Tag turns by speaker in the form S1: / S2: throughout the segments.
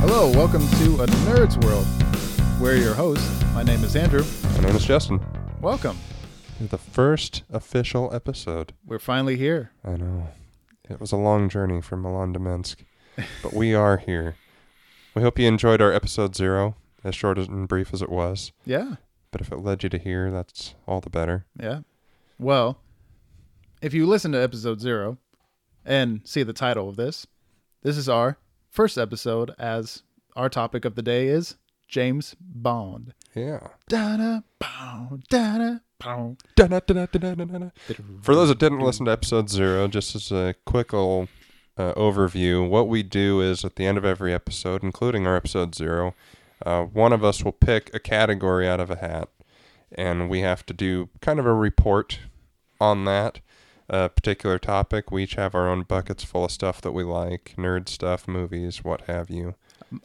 S1: welcome to A Nerd's World. We're your hosts. My name is Andrew.
S2: My name is Justin.
S1: Welcome.
S2: The first official episode.
S1: We're finally here.
S2: I know. It was a long journey from Milan to Minsk, but we are here. We hope you enjoyed our episode zero, as short and brief as it was.
S1: Yeah.
S2: But if it led you to here, that's all the better.
S1: Yeah. Well, if you listen to episode zero and see the title of this, this is our first episode as our topic of the day is James Bond.
S2: Yeah.
S1: Da-da, pow, da-da, pow.
S2: Da-na-da-na-da-na-na-na. For those that didn't listen to episode zero, just as a quick ol' uh, overview, what we do is at the end of every episode, including our episode zero, uh, one of us will pick a category out of a hat, and we have to do kind of a report on that uh, particular topic. We each have our own buckets full of stuff that we like nerd stuff, movies, what have you.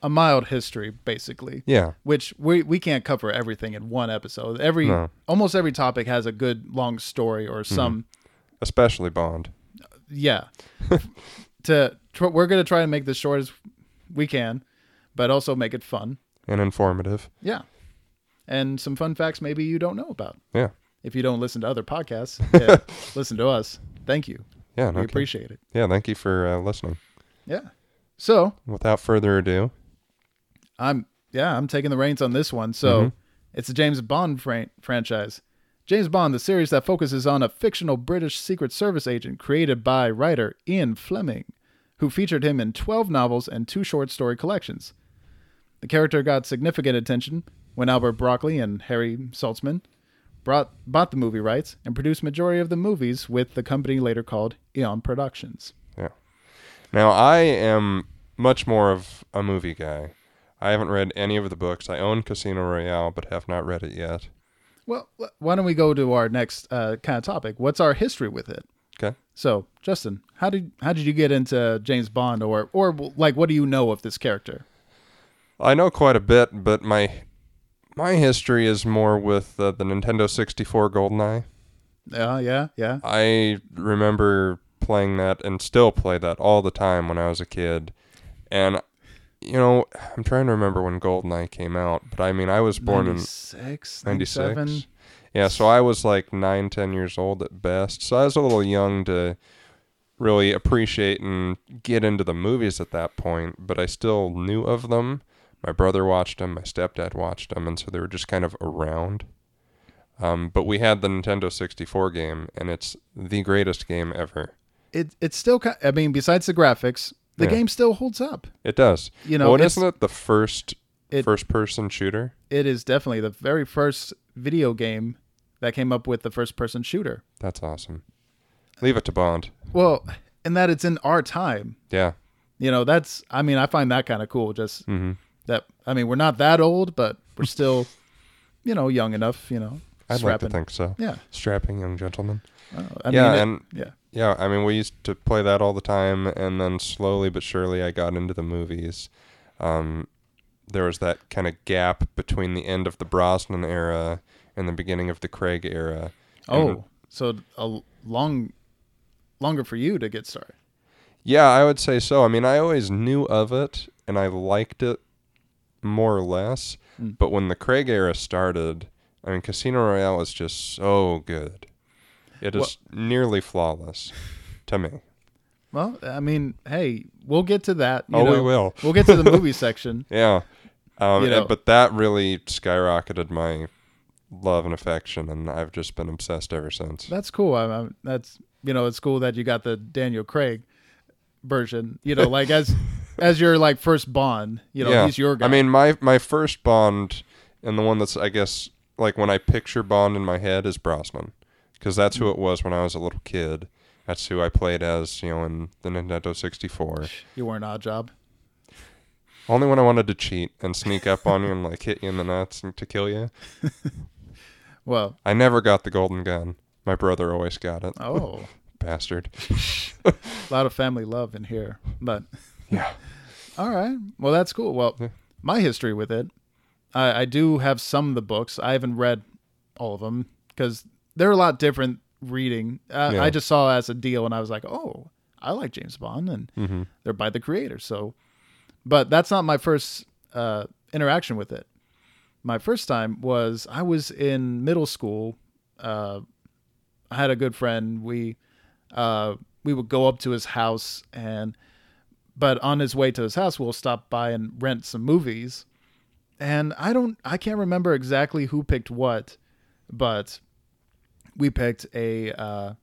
S1: A mild history, basically.
S2: Yeah.
S1: which we we can't cover everything in one episode. Every
S2: No.
S1: almost every topic has a good long story or some
S2: Especially Bond.
S1: yeah. to tr- we're gonna try and make this short as we can, but also make it fun.
S2: And informative.
S1: Yeah, and some fun facts maybe you don't know about
S2: Yeah.
S1: if you don't listen to other podcasts. Yeah, listen to us. Thank you.
S2: Yeah.
S1: We
S2: okay.
S1: appreciate it.
S2: yeah. Thank you for uh, listening.
S1: Yeah. So
S2: Without further ado,
S1: I'm yeah I'm taking the reins on this one. So it's the James Bond fran- franchise. James Bond, the series that focuses on a fictional British Secret Service agent created by writer Ian Fleming, who featured him in 12 novels and two short story collections. The character got significant attention when Albert Broccoli and Harry Saltzman brought, bought the movie rights and produced majority of the movies with the company later called Eon Productions.
S2: Yeah. Now I am much more of a movie guy. I haven't read any of the books. I own Casino Royale, but have not read it yet.
S1: Well, wh- why don't we go to our next uh, kind of topic? What's our history with it?
S2: Okay.
S1: So, Justin, how did how did you get into James Bond, or or like what do you know of this character?
S2: I know quite a bit, but my my history is more with uh, the Nintendo 64 GoldenEye.
S1: Yeah, yeah, yeah.
S2: I remember playing that and still play that all the time when I was a kid. And you know, I'm trying to remember when GoldenEye came out, but I mean, I was born in
S1: 96, 97.
S2: 96 yeah so i was like nine ten years old at best so i was a little young to really appreciate and get into the movies at that point but i still knew of them my brother watched them my stepdad watched them and so they were just kind of around um, but we had the nintendo 64 game and it's the greatest game ever
S1: It it's still kind. I mean, besides the graphics, the
S2: Yeah.
S1: game still holds up.
S2: it does
S1: You know,
S2: well, and
S1: it's-
S2: isn't it the first
S1: It-
S2: first person shooter
S1: It is definitely the very first video game that came up with the first person shooter.
S2: that's awesome leave it to bond
S1: Well, and that it's in our time.
S2: yeah
S1: You know, that's I mean, I find that kind of cool. Just
S2: mm-hmm.
S1: that I mean, we're not that old, but we're still, you know, young enough. You know,
S2: i'd like to
S1: strapping-
S2: think so
S1: Yeah.
S2: strapping young gentleman
S1: I
S2: yeah,
S1: mean, it-
S2: and
S1: yeah.
S2: yeah, I mean, we used to play that all the time, and then slowly but surely, I got into the movies. Um, there was that kind of gap between the end of the Brosnan era and the beginning of the Craig era.
S1: Oh, so a long, longer for you to get started.
S2: Yeah, I would say so. I mean, I always knew of it and I liked it more or less,
S1: Hmm.
S2: but when the Craig era started, I mean, Casino Royale is just so good. It is nearly flawless to me.
S1: Well, I mean, hey, we'll get to that. you
S2: Oh, we
S1: know.
S2: will.
S1: We'll get to the movie section.
S2: Yeah. Um,
S1: You
S2: and-
S1: know.
S2: but that really skyrocketed my love and affection, and I've just been obsessed ever since.
S1: That's cool. I, I, that's you know, it's cool that you got the Daniel Craig version. You know, like as as your like first Bond. You know, he's your guy.
S2: I mean, my my first Bond, and the one that's I guess like when I picture Bond in my head is Brosnan, because that's
S1: Mm.
S2: who it was when I was a little kid. That's who I played as, you know, in the Nintendo 64.
S1: you were an odd job.
S2: Only when I wanted to cheat and sneak up on you and like hit you in the nuts and to kill you.
S1: Well,
S2: I never got the golden gun. My brother always got it.
S1: oh,
S2: Bastard.
S1: a lot of family love in here, but.
S2: Yeah.
S1: All right. Well, that's cool. Well, my history with it, I, I do have some of the books. I haven't read all of them because they're a lot different reading. Uh,
S2: Yeah.
S1: I just saw it as a deal, and I was like, oh,
S2: Mm-hmm.
S1: I like James Bond, and they're by the creator. So, but that's not my first uh, interaction with it. My first time was I was in middle school. Uh, I had a good friend. We uh, we would go up to his house, and but on his way to his house, we'll stop by and rent some movies. And I don't, I can't remember exactly who picked what, but we picked a, uh,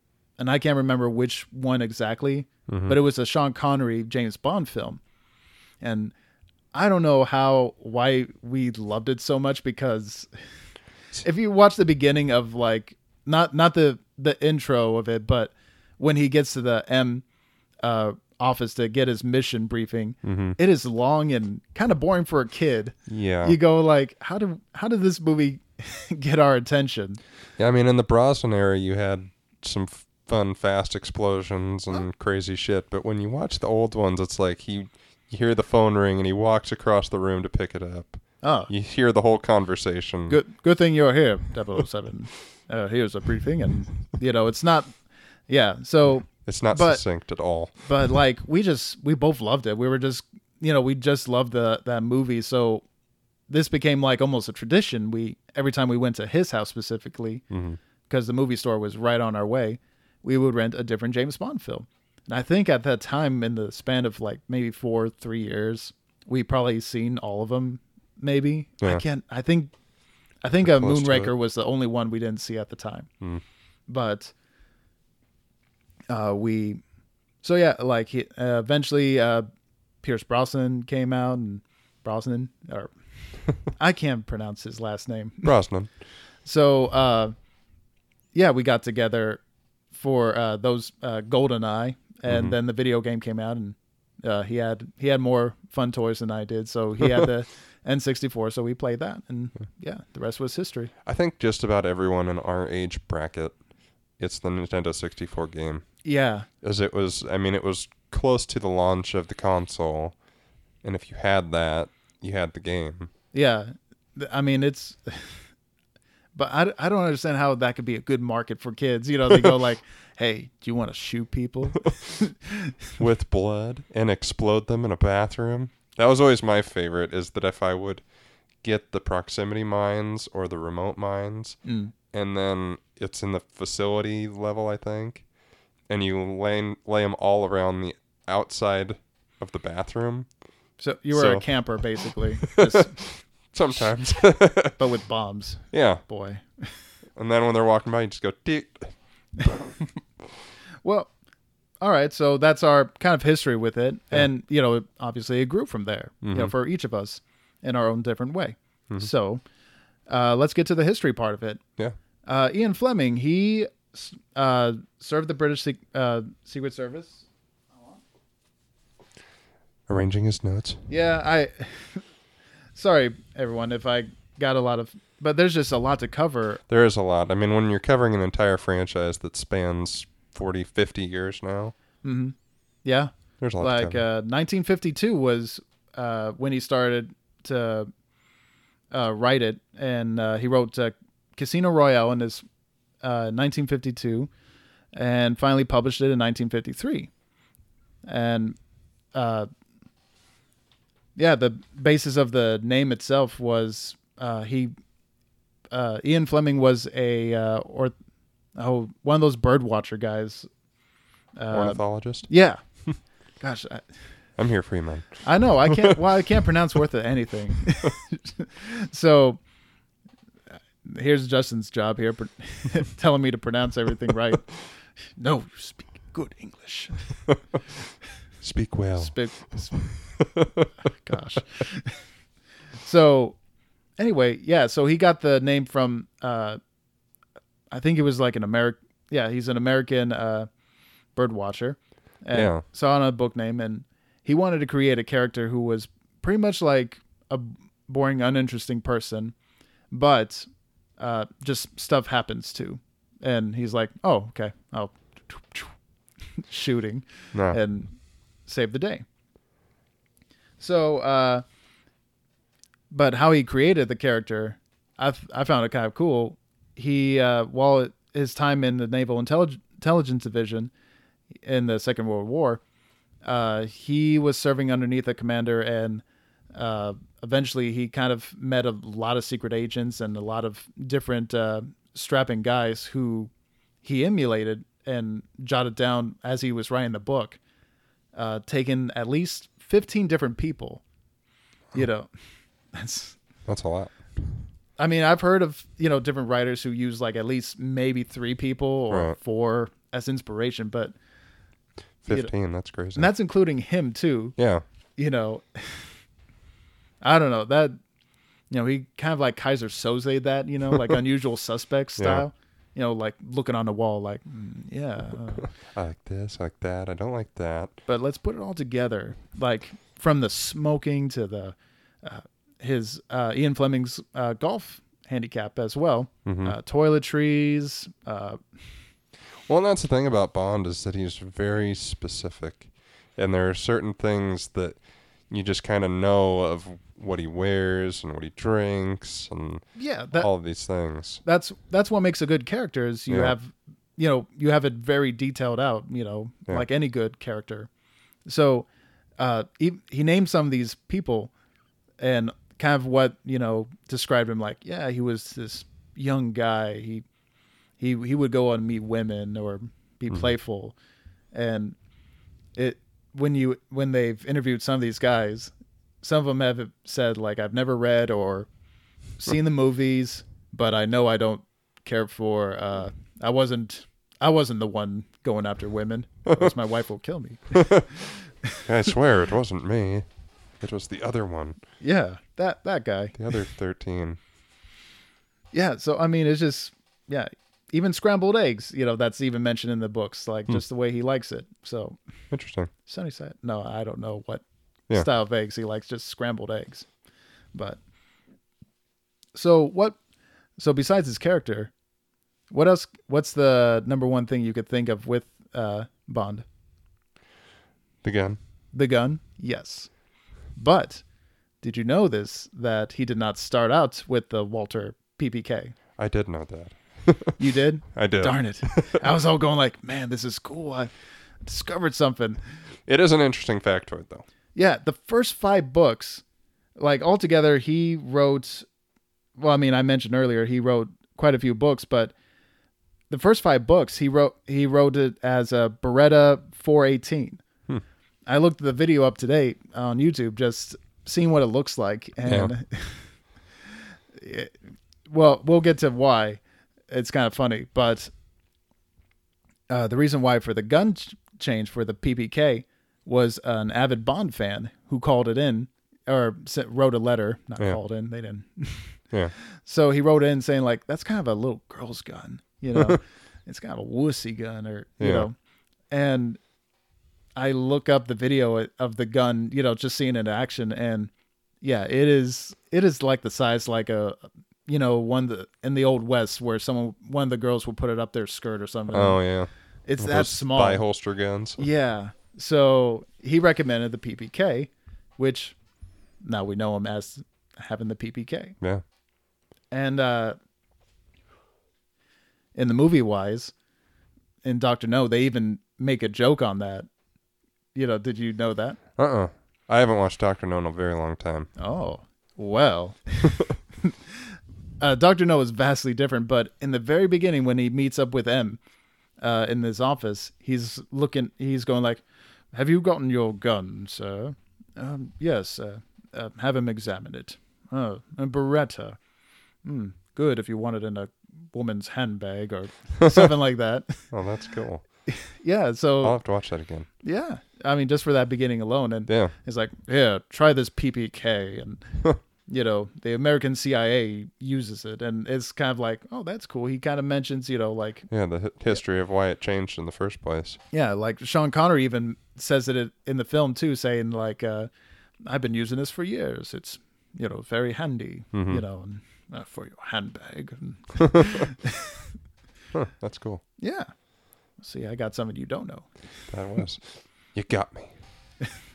S1: and I can't remember which one exactly, but it was a Sean Connery James Bond film, and I don't know how why we loved it so much because if you watch the beginning of like not not the the intro of it, but when he gets to the M uh, office to get his mission briefing, it is long and kind of boring for a kid.
S2: Yeah.
S1: You go like, how did how did this movie get our attention?
S2: Yeah, I mean, in the Brosnan era, you had some f- fun, fast explosions and crazy shit. But when you watch the old ones, it's like he, you hear the phone ring and he walks across the room to pick it up.
S1: Oh,
S2: You hear the whole conversation.
S1: good good thing you're here 007 uh, here's a briefing and you know it's not yeah so
S2: It's not
S1: but-
S2: succinct at all.
S1: but like we just we both loved it we were just you know we just loved the that movie so this became like almost a tradition we every time we went to his house specifically
S2: Mm-hmm.
S1: because the movie store was right on our way we would rent a different james bond film and i think at that time in the span of like maybe four three years we probably seen all of them maybe i
S2: Yeah.
S1: can't i think i think a
S2: close to it. Mm.
S1: moonraker was the only one we didn't see at the time but uh, we so yeah like he, uh, eventually uh, pierce brosnan came out and brosnan or i can't pronounce his last name
S2: Brosnan.
S1: so uh, yeah we got together for uh, those uh, golden eye and then the video game came out and uh, he had he had more fun toys than i did so he had the n64 so we played that and yeah the rest was history
S2: I think just about everyone in our age bracket, it's the Nintendo 64 game.
S1: yeah
S2: as it was i mean it was close to the launch of the console and if you had that you had the game
S1: Yeah, Th- I mean it's, but I, I don't understand how that could be a good market for kids. You know, they go like, "Hey, do you want to shoot people?"
S2: with blood and explode them in a bathroom that was always my favorite is that if i would get the proximity mines or the remote mines and then it's in the facility level i think and you lay, lay them all around the outside of the bathroom
S1: So you were a
S2: So-
S1: camper basically, just-
S2: sometimes
S1: but with bombs.
S2: yeah
S1: Boy,
S2: and then when they're walking by you just go tick
S1: well, all right. So that's our kind of history with it, and you know, obviously it grew from there. You know, for each of us in our own different way. So, uh, let's get to the history part of it.
S2: yeah
S1: uh, Ian Fleming, he uh, served the British sec- uh, Secret Service.
S2: arranging his notes.
S1: Yeah, I. sorry, everyone, if I got a lot of, but there's just a lot to cover.
S2: There is a lot. I mean, when you're covering an entire franchise that spans 40, 50 years now,
S1: Yeah,
S2: there's a lot. to
S1: like
S2: cover.
S1: uh, 1952 was uh, when he started to uh, write it, and uh, he wrote uh, Casino Royale in his uh, 1952, and finally published it in 1953. And uh, yeah, the basis of the name itself was uh, he uh, Ian Fleming was a uh, or oh one of those birdwatcher guys. uh,
S2: ornithologist.
S1: Yeah, gosh. I,
S2: I'm here for you, man.
S1: I know I can't. Well, I can't pronounce worth of anything. so uh, here's Justin's job here, pr- telling me to pronounce everything right. No, you speak good English.
S2: Speak well.
S1: Spick, gosh. so anyway, yeah. So he got the name from. Uh, I think it was like an American. Yeah, he's an American uh, bird watcher. And
S2: Yeah.
S1: Saw on a book name, and he wanted to create a character who was pretty much like a boring, uninteresting person, but uh, just stuff happens to. And he's like, "Oh, okay. Oh, shooting."
S2: no.
S1: and save the day. So, uh, but how he created the character, I, f- I found it kind of cool. He, uh, while it- his time in the Naval Intellig- Intelligence Division in the Second World War, uh, he was serving underneath a commander and uh, eventually he kind of met a lot of secret agents and a lot of different uh, strapping guys who he emulated and jotted down as he was writing the book, uh, taking at least 15 different people. You know, that's,
S2: That's a lot.
S1: I mean, I've heard of, you know, different writers who use like at least maybe three people or
S2: Right.
S1: four as inspiration, but, know-
S2: 15. That's crazy.
S1: and that's including him too,
S2: yeah.
S1: you know, I don't know that, you know, he kind of like Kaiser Soze that, you know, like unusual suspect
S2: Yeah.
S1: style, you know, like looking on the wall, like, mm, yeah, uh,
S2: I like this. I like that. I don't like that.
S1: but let's put it all together, like from the smoking to the, uh, his, uh, Ian Fleming's, uh, golf handicap as well, uh, toiletries, uh,
S2: Well, and that's the thing about Bond is that he's very specific, and there are certain things that you just kind of know of what he wears and what he drinks and
S1: yeah, that,
S2: all of these things.
S1: that's that's what makes a good character is you
S2: Yeah.
S1: have you know you have it very detailed out you know
S2: Yeah.
S1: like any good character so uh he, he named some of these people and kind of what you know described him like yeah he was this young guy he he he would go and meet women or be
S2: Mm-hmm.
S1: playful and it when you when they've interviewed some of these guys some of them have said like i've never read or seen the movies but i know i don't care for uh i wasn't i wasn't the one going after women because my wife will kill me
S2: I swear it wasn't me. It was the other one,
S1: yeah that that guy
S2: the other 13.
S1: yeah so i mean it's just yeah even scrambled eggs you know that's even mentioned in the books like just the way he likes it so
S2: Interesting.
S1: sunny side no i don't know what
S2: Yeah.
S1: style of eggs he likes just scrambled eggs but so what so besides his character what else what's the number one thing you could think of with uh bond
S2: The gun.
S1: the gun yes but did you know this that he did not start out with the walter ppk
S2: I did know that.
S1: you did
S2: I did.
S1: darn it i was all going like man this is cool i discovered something
S2: It is an interesting factoid, though.
S1: yeah the first five books like altogether he wrote well i mean i mentioned earlier he wrote quite a few books but the first five books he wrote he wrote it as a beretta 418 i looked the video up today on youtube just seeing what it looks like and it- well we'll get to why it's kind of funny but uh, the reason why for the gun ch- change for the PPK was an avid Bond fan who called it in or sent, wrote a letter, not
S2: Yeah.
S1: called in, they didn't.
S2: Yeah.
S1: so he wrote in saying like, that's kind of a little girl's gun, you know, it's kind of a wussy gun or, you
S2: Yeah.
S1: know, and I look up the video of the gun, you know, just seeing it in action and yeah, it is, it is like the size, like a, you know, one that in the old West where someone, one of the girls would put it up their skirt or something.
S2: Oh, yeah.
S1: It's
S2: Those
S1: that small.
S2: Spy holster guns.
S1: Yeah. So he recommended the PPK, which now we know him as having the PPK.
S2: Yeah.
S1: And uh, in the movie wise, in Doctor No, they even make a joke on that. You know, did you know that?
S2: Uh uh I haven't watched Dr. No in a very long time.
S1: Oh, well. uh, Dr. No is vastly different, but in the very beginning, when he meets up with M uh, in his office, he's looking, he's going like, have you gotten your gun, sir? Um, yes, uh, uh, have him examine it. Oh, a Beretta. Hmm, good if you want it in a woman's handbag or something like that.
S2: Oh, that's cool.
S1: Yeah, so,
S2: I'll have to watch that again.
S1: yeah. I mean, just for that beginning alone. And
S2: Yeah.
S1: He's like, yeah, try this PPK, and you know the American CIA uses it, and it's kind of like, oh, that's cool. He kind of mentions, you know, like
S2: Yeah, the hi- history of why it changed in the first place.
S1: yeah, like Sean Connery even says it in the film too, saying like, uh, I've been using this for years. It's you know very handy, you know, and, uh, for your handbag. And,
S2: Huh, that's cool.
S1: yeah, see, I got something you don't know.
S2: That was. You got me.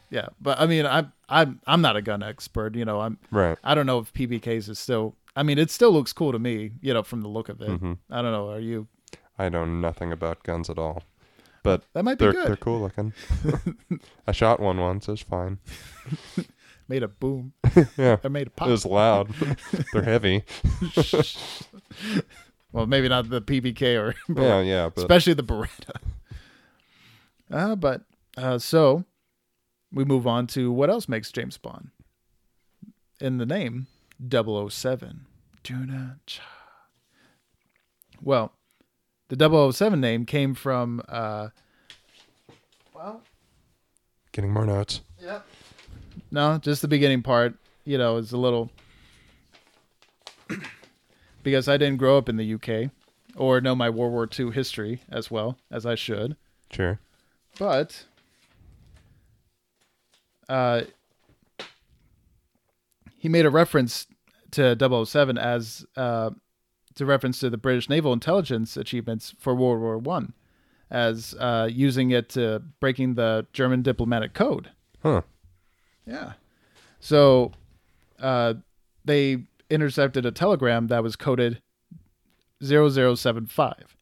S1: Yeah, but I mean, I'm I'm I'm not a gun expert, you know. I'm
S2: Right.
S1: I don't know if PBKs is still. I mean, it still looks cool to me, you know, from the look of it.
S2: Mm-hmm.
S1: I don't know. Are you?
S2: I know nothing about guns at all. But
S1: That might be
S2: they're,
S1: good.
S2: they're cool looking. I shot one once. It's fine.
S1: made a boom.
S2: Yeah.
S1: Or made a pop.
S2: It was loud. They're heavy.
S1: well, maybe not the PBK or
S2: Yeah, yeah. But
S1: especially the Beretta. Uh, but uh, so we move on to what else makes James Bond. In the name 007. Duna Cha. Well, the 007 name came from uh, well,
S2: getting more notes.
S1: Yep. No, just the beginning part, you know, is a little because I didn't grow up in the UK or know my World War II history as well as I should.
S2: Sure.
S1: But uh he made a reference to 007 as uh to reference to the British naval intelligence achievements for World War 1 as uh using it to breaking the German diplomatic code.
S2: Huh.
S1: Yeah. So uh, they intercepted a telegram that was coded 0075,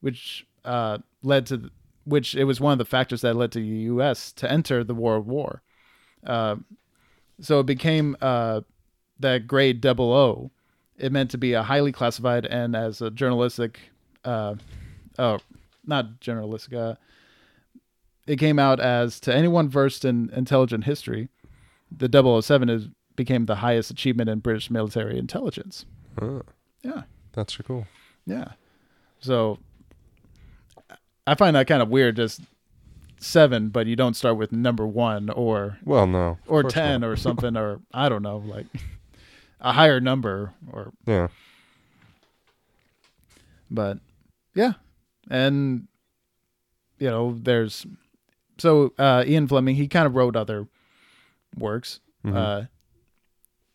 S1: which uh, led to, th- which it was one of the factors that led to the U.S. to enter the World War. Uh, so it became uh, that grade double O. It meant to be a highly classified and as a journalistic, uh, oh, not journalistic, uh, it came out as to anyone versed in intelligent history, the 007 is became the highest achievement in British military intelligence.
S2: Huh.
S1: Yeah,
S2: That's cool.
S1: yeah. So I find that kind of weird. Just seven, but you don't start with number one or
S2: Well, no. of
S1: or
S2: course
S1: ten
S2: not.
S1: or something or I don't know, like a higher number or
S2: Yeah.
S1: but yeah and you know there's so uh ian fleming he kind of wrote other works uh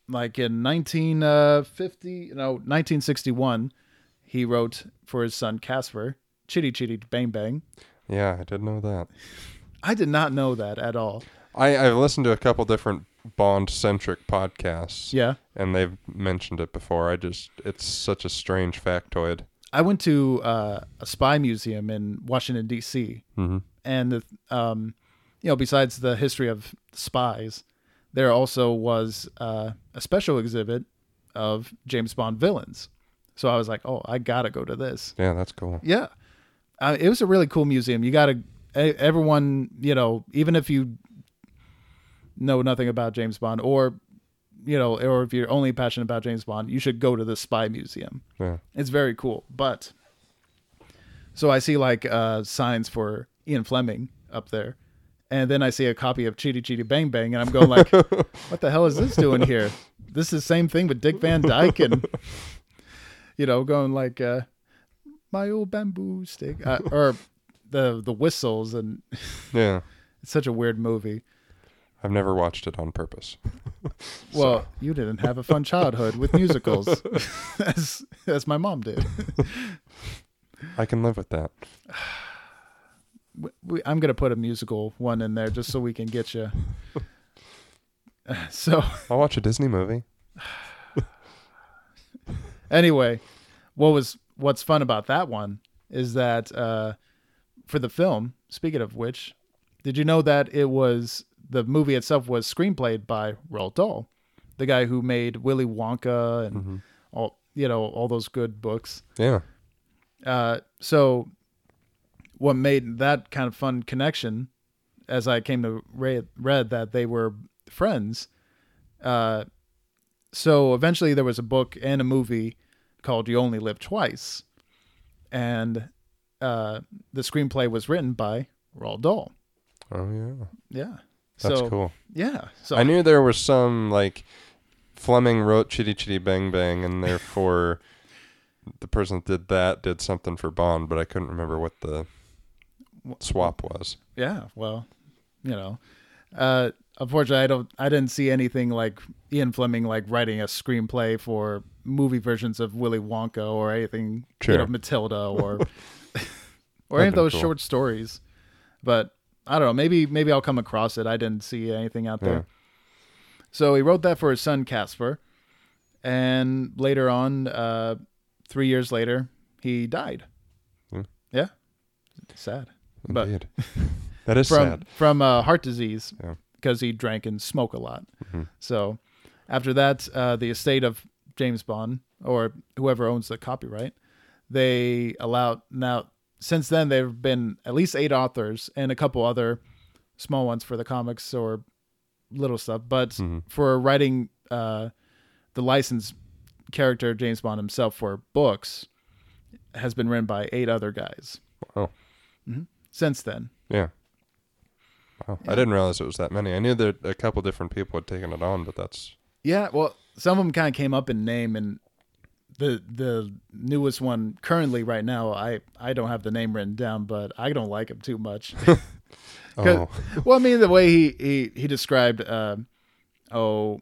S1: like in 1950 no 1961 he wrote for his son casper chitty chitty bang bang
S2: Yeah, I did know that.
S1: i did not know that at all
S2: I, I've listened to a couple different Bond centric podcasts.
S1: yeah
S2: And they've mentioned it before. I just it's such a strange factoid.
S1: i went to uh, a spy museum in washington d.c
S2: Mm-hmm.
S1: and the um, you know besides the history of spies, there also was uh, a special exhibit of James Bond villains. So I was like, oh, I gotta go to this.
S2: Yeah, that's cool.
S1: Yeah, uh, it was a really cool museum. You gotta e- everyone you know, even if you know nothing about James Bond or you know, or if you're only passionate about James Bond, you should go to the spy museum.
S2: Yeah.
S1: It's very cool. But so I see like uh, signs for Ian Fleming up there, and then I see a copy of Chitty Chitty Bang Bang, and I'm going like, "What the hell is this doing here? This is the same thing with Dick Van Dyke and you know, going like uh, my old bamboo stick uh, or the the whistles, and
S2: Yeah.
S1: it's such a weird movie.
S2: I've never watched it on purpose.
S1: Well, you didn't have a fun childhood with musicals, as as my mom did.
S2: I can live with that.
S1: we, we, I'm gonna put a musical one in there just so we can get you. So
S2: I'll watch a Disney movie.
S1: anyway, what was what's fun about that one is that uh, for the film. Speaking of which, did you know that it was the movie itself was screenplayed by Roald Dahl, the guy who made Willy Wonka and all you know all those good books.
S2: Yeah.
S1: Uh, so what made that kind of fun connection as i came to read, read that they were friends uh, so eventually there was a book and a movie called you only live twice and uh, the screenplay was written by Roald Dahl.
S2: Oh yeah.
S1: Yeah.
S2: That's
S1: so,
S2: cool.
S1: Yeah. So
S2: I knew there was some like Fleming wrote Chitty Chitty Bang Bang and therefore the person that did that did something for Bond, but I couldn't remember what the swap was.
S1: yeah well you know uh unfortunately i don't i didn't see anything like ian fleming like writing a screenplay for movie versions of willy wonka or anything you know,
S2: Sure.
S1: matilda or or any of
S2: been
S1: those
S2: cool.
S1: short stories but i don't know maybe maybe i'll come across it i didn't see anything out there so he wrote that for his son casper and later on uh three years later he died
S2: Hmm.
S1: yeah sad but
S2: Indeed. that is
S1: from
S2: sad.
S1: from uh, heart disease
S2: Yeah. Mm-hmm.
S1: because he drank and smoked a lot. So after that, uh, the estate of James Bond or whoever owns the copyright, they allowed now. Since then, there have been at least eight authors and a couple other small ones for the comics or little stuff, but
S2: Mm-hmm.
S1: for writing uh, the licensed character of James Bond himself for books has been written by eight other guys Mm-hmm.
S2: Wow.
S1: since then.
S2: Yeah. Wow. I didn't realize it was that many. I knew that a couple different people had taken it on, but that's
S1: Yeah, well, some of them kind of came up in name, and the the newest one currently right now, I I don't have the name written down, but I don't like him too much. 'Cause-
S2: oh
S1: Well, I mean the way he he he described, uh, oh,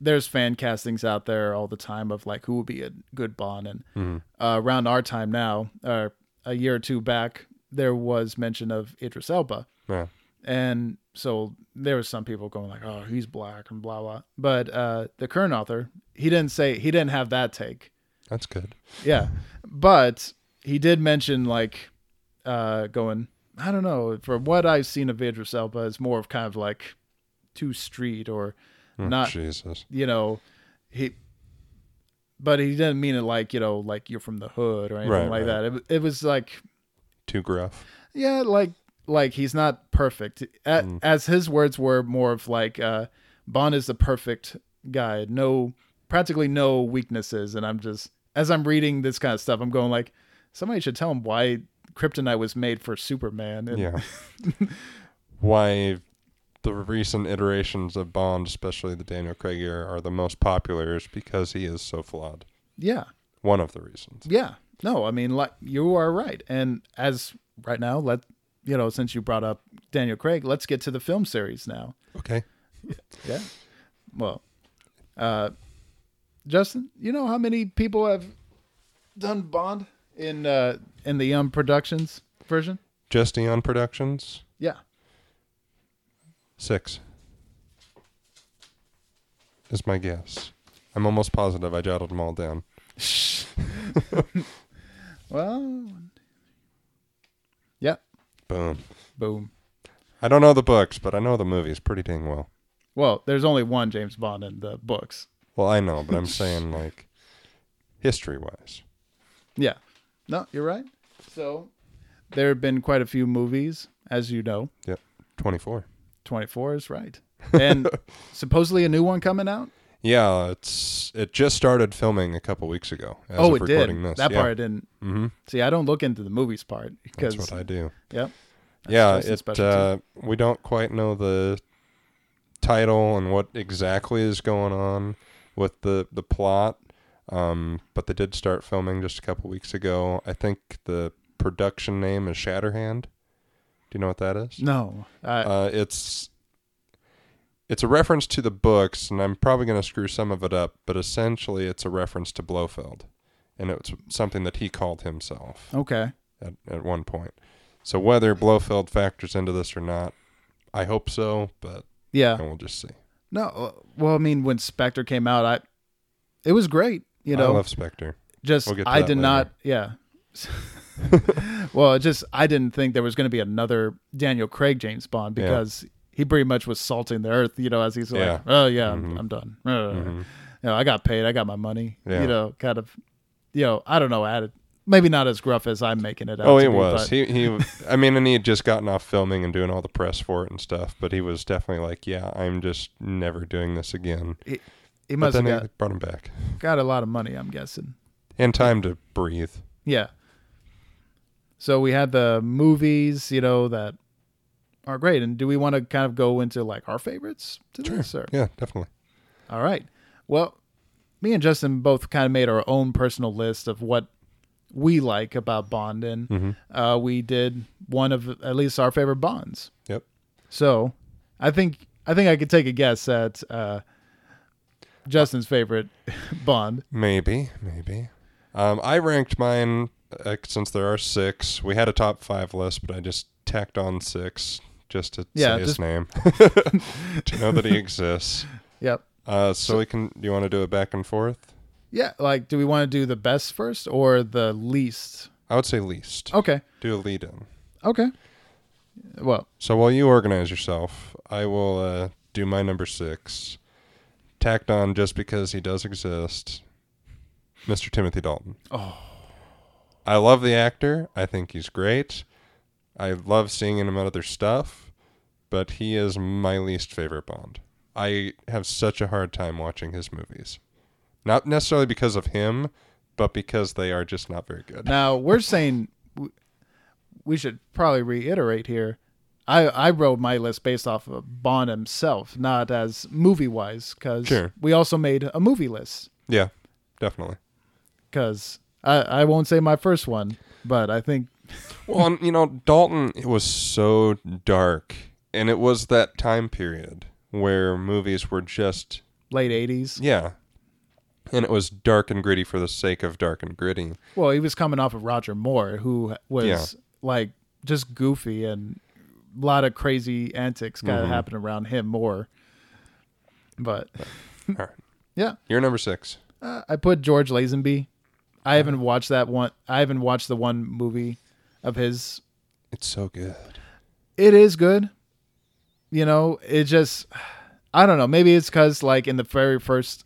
S1: there's fan castings out there all the time of like who would be a good Bond, and uh, around our time now, or a year or two back, there was mention of Idris Elba.
S2: yeah.
S1: and so there was some people going like oh he's black and blah blah but uh the current author he didn't say he didn't have that take
S2: That's good.
S1: yeah but he did mention like uh going i don't know from what i've seen of idris elba it's more of kind of like too street or
S2: Oh,
S1: not
S2: Jesus.
S1: you know he but he didn't mean it like you know like you're from the hood or anything
S2: Right,
S1: like
S2: right.
S1: that it, it was like
S2: Too gruff.
S1: yeah like like he's not perfect A- as his words were more of like uh bond is the perfect guy no practically no weaknesses and i'm just as i'm reading this kind of stuff i'm going like somebody should tell him why kryptonite was made for superman and
S2: Yeah. Why the recent iterations of Bond, especially the Daniel Craig era, are the most popular is because he is so flawed.
S1: yeah
S2: One of the reasons.
S1: yeah no i mean like you are right and as right now let you know since you brought up daniel craig let's get to the film series now
S2: Okay.
S1: Yeah. Well, uh, Justin, you know how many people have done Bond in uh, in the um productions version?
S2: Just Eon Productions,
S1: Yeah.
S2: six is my guess. I'm almost positive I jotted them all down.
S1: Well. Yeah.
S2: Boom.
S1: Boom.
S2: I don't know the books, but I know the movies pretty dang well.
S1: Well, there's only one James Bond in the books.
S2: Well, I know, but I'm saying like history wise.
S1: Yeah. No, you're right. So there have been quite a few movies, as you know.
S2: Yep. 24.
S1: 24 is right. And supposedly a new one coming out?
S2: Yeah, it's it just started filming a couple weeks ago. As
S1: oh,
S2: of
S1: it did.
S2: recording This.
S1: That
S2: yeah,
S1: part I didn't.
S2: Mhm.
S1: See, I don't look into the movies part
S2: That's
S1: because
S2: what I do.
S1: Yep.
S2: yeah,
S1: Justin's
S2: it.
S1: specialty.
S2: Uh, we don't quite know the title and what exactly is going on with the the plot, um, but they did start filming just a couple weeks ago. I think the production name is Shatterhand. Do you know what that is?
S1: No. Uh,
S2: uh, it's it's a reference to the books, and I'm probably going to screw some of it up, but essentially it's a reference to Blofeld, and it's something that he called himself
S1: okay.
S2: at, at one point. So whether Blofeld factors into this or not, I hope so, but
S1: Yeah.
S2: and we'll just see.
S1: No. uh, Well, I mean, when Spectre came out, I it was great. You know,
S2: I love Spectre.
S1: just
S2: we'll get to
S1: I
S2: that
S1: did not. Yeah. well, it just I didn't think there was going to be another Daniel Craig James Bond
S2: Yeah.
S1: because he pretty much was salting the earth. You know, as he's
S2: Yeah. Mm-hmm.
S1: like, oh yeah, I'm, I'm done. Uh, You know, I got paid. I got my money.
S2: Yeah.
S1: You know, kind of. You know, I don't know. Added. Maybe not as gruff as I'm making it out.
S2: Oh,
S1: to
S2: he
S1: be,
S2: was.
S1: but-
S2: He he. I mean, and he had just gotten off filming and doing all the press for it and stuff, but he was definitely like, "Yeah, I'm just never doing this again."
S1: he, he
S2: But
S1: must have
S2: then
S1: got,
S2: he brought him back,
S1: got a lot of money, I'm guessing.
S2: and time to breathe.
S1: Yeah. So we had the movies, you know, that are great. And do we want to kind of go into like our favorites to this? Or?
S2: Yeah, definitely.
S1: All right. Well, me and Justin both kind of made our own personal list of what we like about Bond. And uh, we did one of at least our favorite Bonds.
S2: Yep.
S1: So I think I think I could take a guess at uh, Justin's favorite Bond.
S2: Maybe, maybe. Um, I ranked mine uh, since there are six. We had a top five list, but I just tacked on six just to
S1: Yeah,
S2: say his
S1: just-
S2: name to know that he exists.
S1: Yep.
S2: Uh, so, we can. Do you want to do it back and forth?
S1: Yeah, like do we want to do the best first or the least?
S2: I would say least.
S1: Okay.
S2: Do a lead in.
S1: Okay. Well,
S2: So while you organize yourself, I will uh, do my number six. Tacked on just because he does exist, Mr. Timothy Dalton.
S1: Oh.
S2: I love the actor. I think he's great. I love seeing him in other stuff, but he is my least favorite Bond. I have such a hard time watching his movies. Not necessarily because of him, but because they are just not very good.
S1: Now we're saying w- we should probably reiterate here. I I wrote my list based off of Bond himself, not as movie wise, because
S2: Sure.
S1: we also made a movie list.
S2: Yeah, definitely.
S1: Because I I won't say my first one, but I think
S2: Well, and, you know, Dalton it was so dark, and it was that time period where movies were just
S1: late eighties.
S2: yeah, and it was dark and gritty for the sake of dark and gritty.
S1: Well, he was coming off of Roger Moore, who was
S2: Yeah.
S1: like just goofy and a lot of crazy antics kind of
S2: Mm-hmm.
S1: happened around him more. But
S2: All right,
S1: Hmm. yeah,
S2: you're number six.
S1: Uh, I put George Lazenby. I haven't watched that one. I haven't watched the one movie of his.
S2: It's so good.
S1: It is good. You know, it just I don't know. Maybe it's cuz like in the very first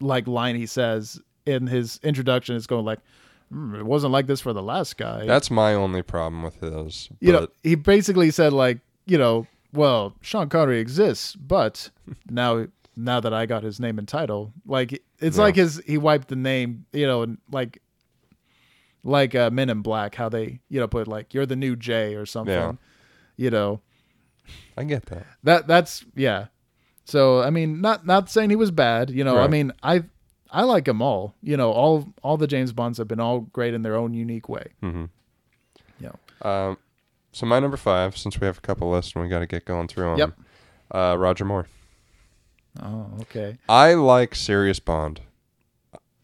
S1: like line he says in his introduction it's going like "Hmm, it wasn't like this for the last guy.
S2: That's my only problem with his. But,
S1: you know, he basically said like, you know, well, Sean Connery exists, but now now that I got his name and title, like it's
S2: Yeah.
S1: like his he wiped the name, you know, and like like uh, Men in Black, how they you know put like you're the new Jay or something,
S2: Yeah.
S1: you know
S2: I get that.
S1: that that's yeah. So I mean, not not saying he was bad, you know. I
S2: Right.
S1: mean, I I like them all, you know. All all the James Bonds have been all great in their own unique way.
S2: Mm-hmm.
S1: You know,
S2: Um, so my number five, since we have a couple lists and we got to get going through them.
S1: Yep.
S2: Uh, Roger Moore.
S1: oh okay.
S2: I like serious Bond.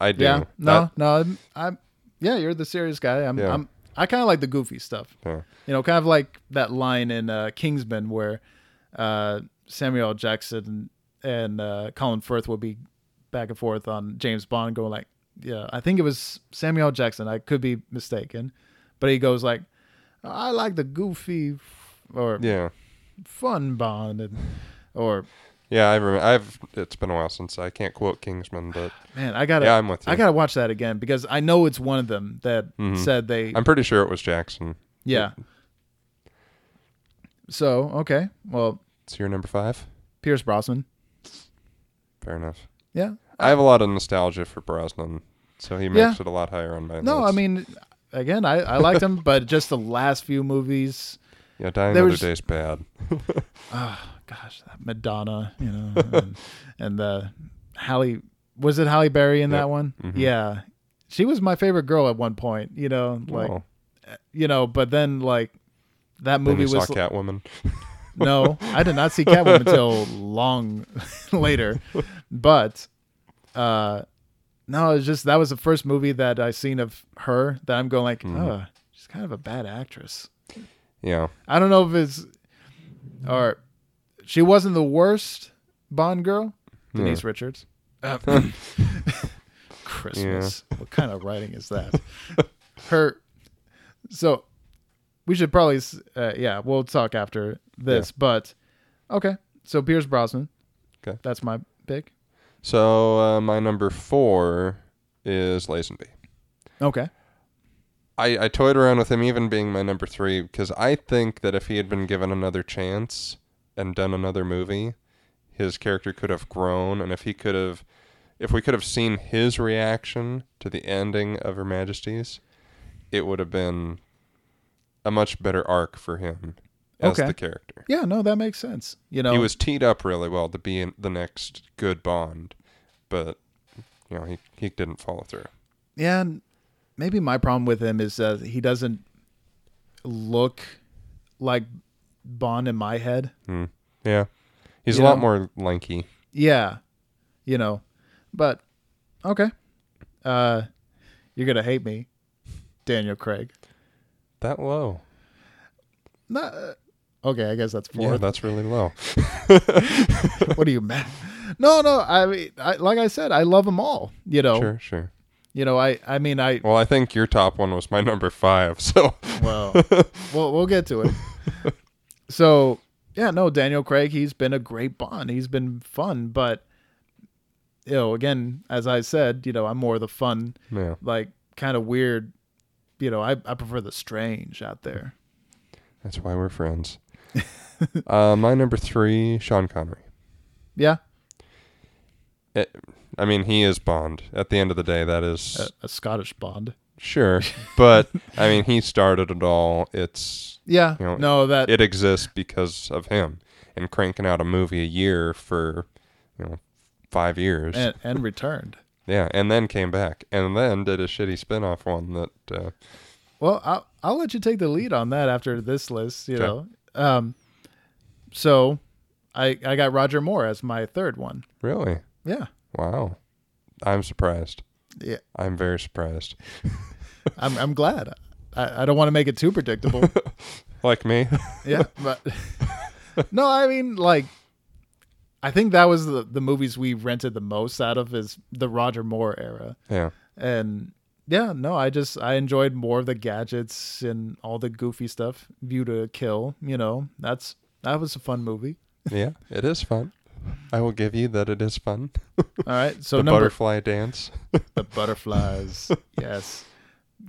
S2: I do.
S1: Yeah.
S2: That-
S1: No, no. I'm, I'm yeah, you're the serious guy. I'm,
S2: Yeah.
S1: I'm I kind of like the goofy stuff.
S2: Yeah.
S1: You know, kind of like that line in uh, Kingsman where uh, Samuel L. Jackson and uh, Colin Firth would be back and forth on James Bond going like, yeah, I think it was Samuel L. Jackson. I could be mistaken, but he goes like, I like the goofy f- or
S2: yeah.
S1: fun Bond and or
S2: Yeah, I remember. I've it's been a while since I can't quote Kingsman, but
S1: man, I gotta
S2: Yeah, I'm with you.
S1: I gotta watch that again because I know it's one of them that
S2: Mm-hmm.
S1: said they
S2: I'm pretty sure it was Jackson.
S1: Yeah. So okay, well,
S2: It's your number five.
S1: Pierce Brosnan.
S2: Fair enough.
S1: Yeah.
S2: I have a lot of nostalgia for Brosnan, so he makes
S1: Yeah.
S2: it a lot higher on my
S1: No,
S2: list.
S1: I mean, again, I I liked him, but just the last few movies.
S2: yeah, dying
S1: they were
S2: another
S1: just-
S2: day's bad.
S1: Oh gosh, that Madonna, you know, and, and the Halle was it Halle Berry in that one?
S2: Mm-hmm.
S1: Yeah, she was my favorite girl at one point. You know, like
S2: oh,
S1: you know, but then like that
S2: then
S1: movie
S2: you
S1: was
S2: saw Catwoman.
S1: No, I did not see Catwoman until long later. But uh no, it's just that was the first movie that I seen of her that I'm going like, oh, she's kind of a bad actress.
S2: Yeah,
S1: I don't know if it's or she wasn't the worst Bond girl, Denise Richards. Uh, Christmas. What kind of writing is that? her so we should probably s- uh, yeah we'll talk after this but okay so pierce brosnan
S2: Okay.
S1: that's my pick
S2: So uh, my number four is Lazenby.
S1: okay
S2: I, I toyed around with him even being my number three because I think that if he had been given another chance and done another movie, his character could have grown. And if he could have, if we could have seen his reaction to the ending of Her Majesty's, it would have been a much better arc for him as
S1: Okay.
S2: the character.
S1: yeah no that makes sense you know
S2: He was teed up really well to be in the next good Bond, but, you know, he, he didn't follow through.
S1: yeah and maybe my problem with him is uh, he doesn't look like bond in my head
S2: Yeah. He's
S1: You
S2: a lot
S1: know?
S2: more lanky.
S1: yeah you know but okay uh you're gonna hate me daniel craig
S2: That low.
S1: not
S2: uh,
S1: okay i guess that's
S2: Yeah,
S1: four
S2: that's really low.
S1: what are you mad? No, no. I mean, I, like I said, I love them all. You know,
S2: Sure, sure.
S1: you know. I, I mean, I.
S2: Well, I think your top one was my number five, so
S1: Well, we'll we'll get to it. So yeah, no, Daniel Craig, he's been a great Bond. He's been fun, but you know, again, as I said, you know, I'm more the fun,
S2: Yeah.
S1: like kind of weird. You know, I, I prefer the strange out there.
S2: That's why we're friends. uh, my number three, Sean Connery.
S1: Yeah,
S2: I mean, he is Bond. At the end of the day, that is
S1: a, a Scottish Bond.
S2: sure. But I mean, he started it all. It's
S1: Yeah,
S2: You know,
S1: no, that
S2: it exists because of him and cranking out a movie a year for you know five years.
S1: and, and returned.
S2: yeah, and then came back and then did a shitty spin-off one that uh,
S1: Well, I'll, I'll let you take the lead on that after this list, you
S2: Okay.
S1: know. Um, so I I got Roger Moore as my third one.
S2: really
S1: Yeah.
S2: wow. I'm surprised.
S1: Yeah.
S2: I'm very surprised.
S1: I'm I'm glad. I, I don't want to make it too predictable.
S2: Like me,
S1: yeah, but No, I mean like I think that was the, the movies we rented the most out of is the Roger Moore era.
S2: yeah.
S1: And yeah, no, I just I enjoyed more of the gadgets and all the goofy stuff. View to Kill, you know. That's that was a fun movie.
S2: yeah, it is fun. I will give you that it is fun.
S1: All right. So
S2: the
S1: number
S2: butterfly dance.
S1: the butterflies. yes.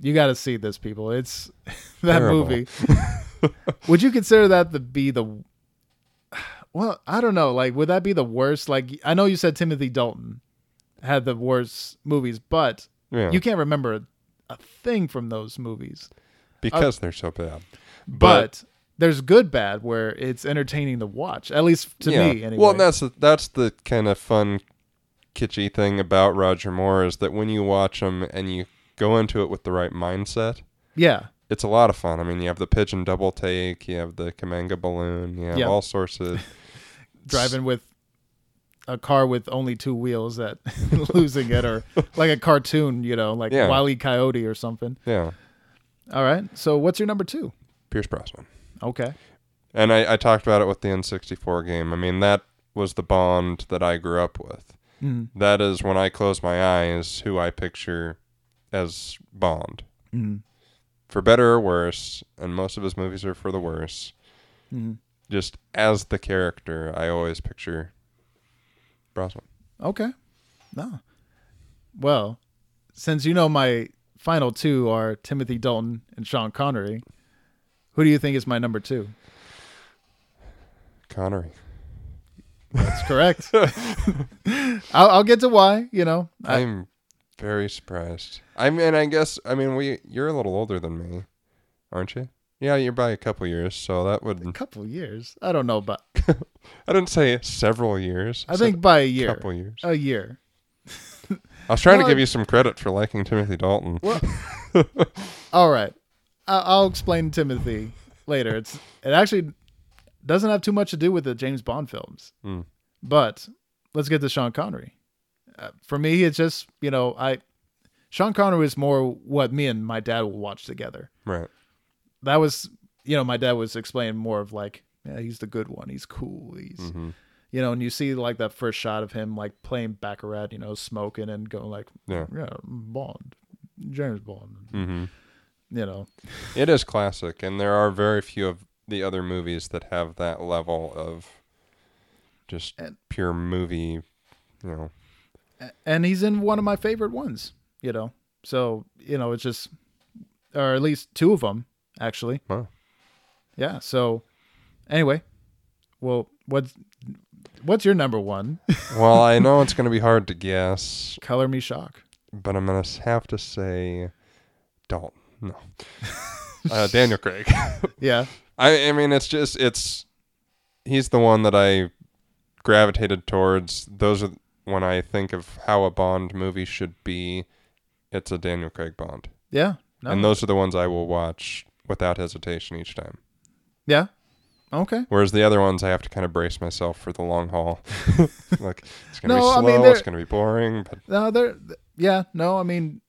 S1: You got to see this people. It's that
S2: Terrible.
S1: movie. would you consider that to be the Well, I don't know. Like would that be the worst like I know you said Timothy Dalton had the worst movies, but
S2: Yeah,
S1: you can't remember a, a thing from those movies.
S2: because they're so bad. But,
S1: But, there's good bad where it's entertaining to watch, at least to
S2: yeah.
S1: me anyway.
S2: Well, and that's the, that's the kind of fun, kitschy thing about Roger Moore is that when you watch him and you go into it with the right mindset,
S1: yeah.
S2: it's a lot of fun. I mean, you have the pigeon double take, you have the Kaminga balloon, you have
S1: Yeah.
S2: all sorts of.
S1: driving with a car with only two wheels that losing it or like a cartoon, you know, like
S2: Yeah.
S1: Wile E. Coyote or something.
S2: Yeah,
S1: All right. So what's your number two?
S2: Pierce Brosnan.
S1: Okay.
S2: And I, I talked about it with the N64 game. I mean, that was the bond that I grew up with.
S1: Mm.
S2: That is when I close my eyes, who I picture as Bond.
S1: Mm.
S2: for better or worse, and most of his movies are for the worse.
S1: Mhm.
S2: Just as the character, I always picture Brosnan.
S1: Okay. No. Well, since you know my final two are Timothy Dalton and Sean Connery, who do you think is my number two?
S2: Connery.
S1: That's correct. I'll, I'll get to why, you know.
S2: I,
S1: I,
S2: am very surprised. I mean, I guess I mean we. You're a little older than me, aren't you? Yeah, you're by a couple years, so that
S1: a
S2: would.
S1: couple years. I don't know, but
S2: I didn't say several years.
S1: I
S2: said
S1: think by a
S2: a
S1: year.
S2: couple years.
S1: A year.
S2: I was trying
S1: well,
S2: to give you some credit for liking Timothy Dalton.
S1: All right, I- I'll explain Timothy later. It's it actually doesn't have too much to do with the James Bond films,
S2: Mm.
S1: but let's get to Sean Connery. Uh, for me, it's just you know I Sean Connery is more what me and my dad will watch together.
S2: Right.
S1: That was you know my dad was explaining more of like yeah he's the good one he's cool he's
S2: Mhm.
S1: you know and you see like that first shot of him like playing baccarat you know smoking and going like
S2: Yeah.
S1: yeah Bond James Bond
S2: Mm-hmm.
S1: you know
S2: It is classic, and there are very few of the other movies that have that level of just
S1: And-
S2: pure movie, you know.
S1: and he's in one of my favorite ones, you know. So, you know, it's just or at least two of them actually.
S2: Wow.
S1: Yeah, so anyway, well, what's what's your number 1?
S2: Well, I know it's going to be hard to guess,
S1: Color me shock.
S2: but I'm going to have to say Dalton. No. Uh, Daniel Craig.
S1: Yeah.
S2: I, I mean, it's just, it's, he's the one that I gravitated towards. Those are when I think of how a Bond movie should be, it's a Daniel Craig Bond.
S1: Yeah. No.
S2: And those are the ones I will watch without hesitation each time.
S1: yeah. Okay.
S2: Whereas the other ones, I have to kind of brace myself for the long haul. like it's gonna
S1: No, I
S2: be
S1: mean,
S2: slow,
S1: they're-
S2: it's gonna be boring. But
S1: No, there yeah, no, I mean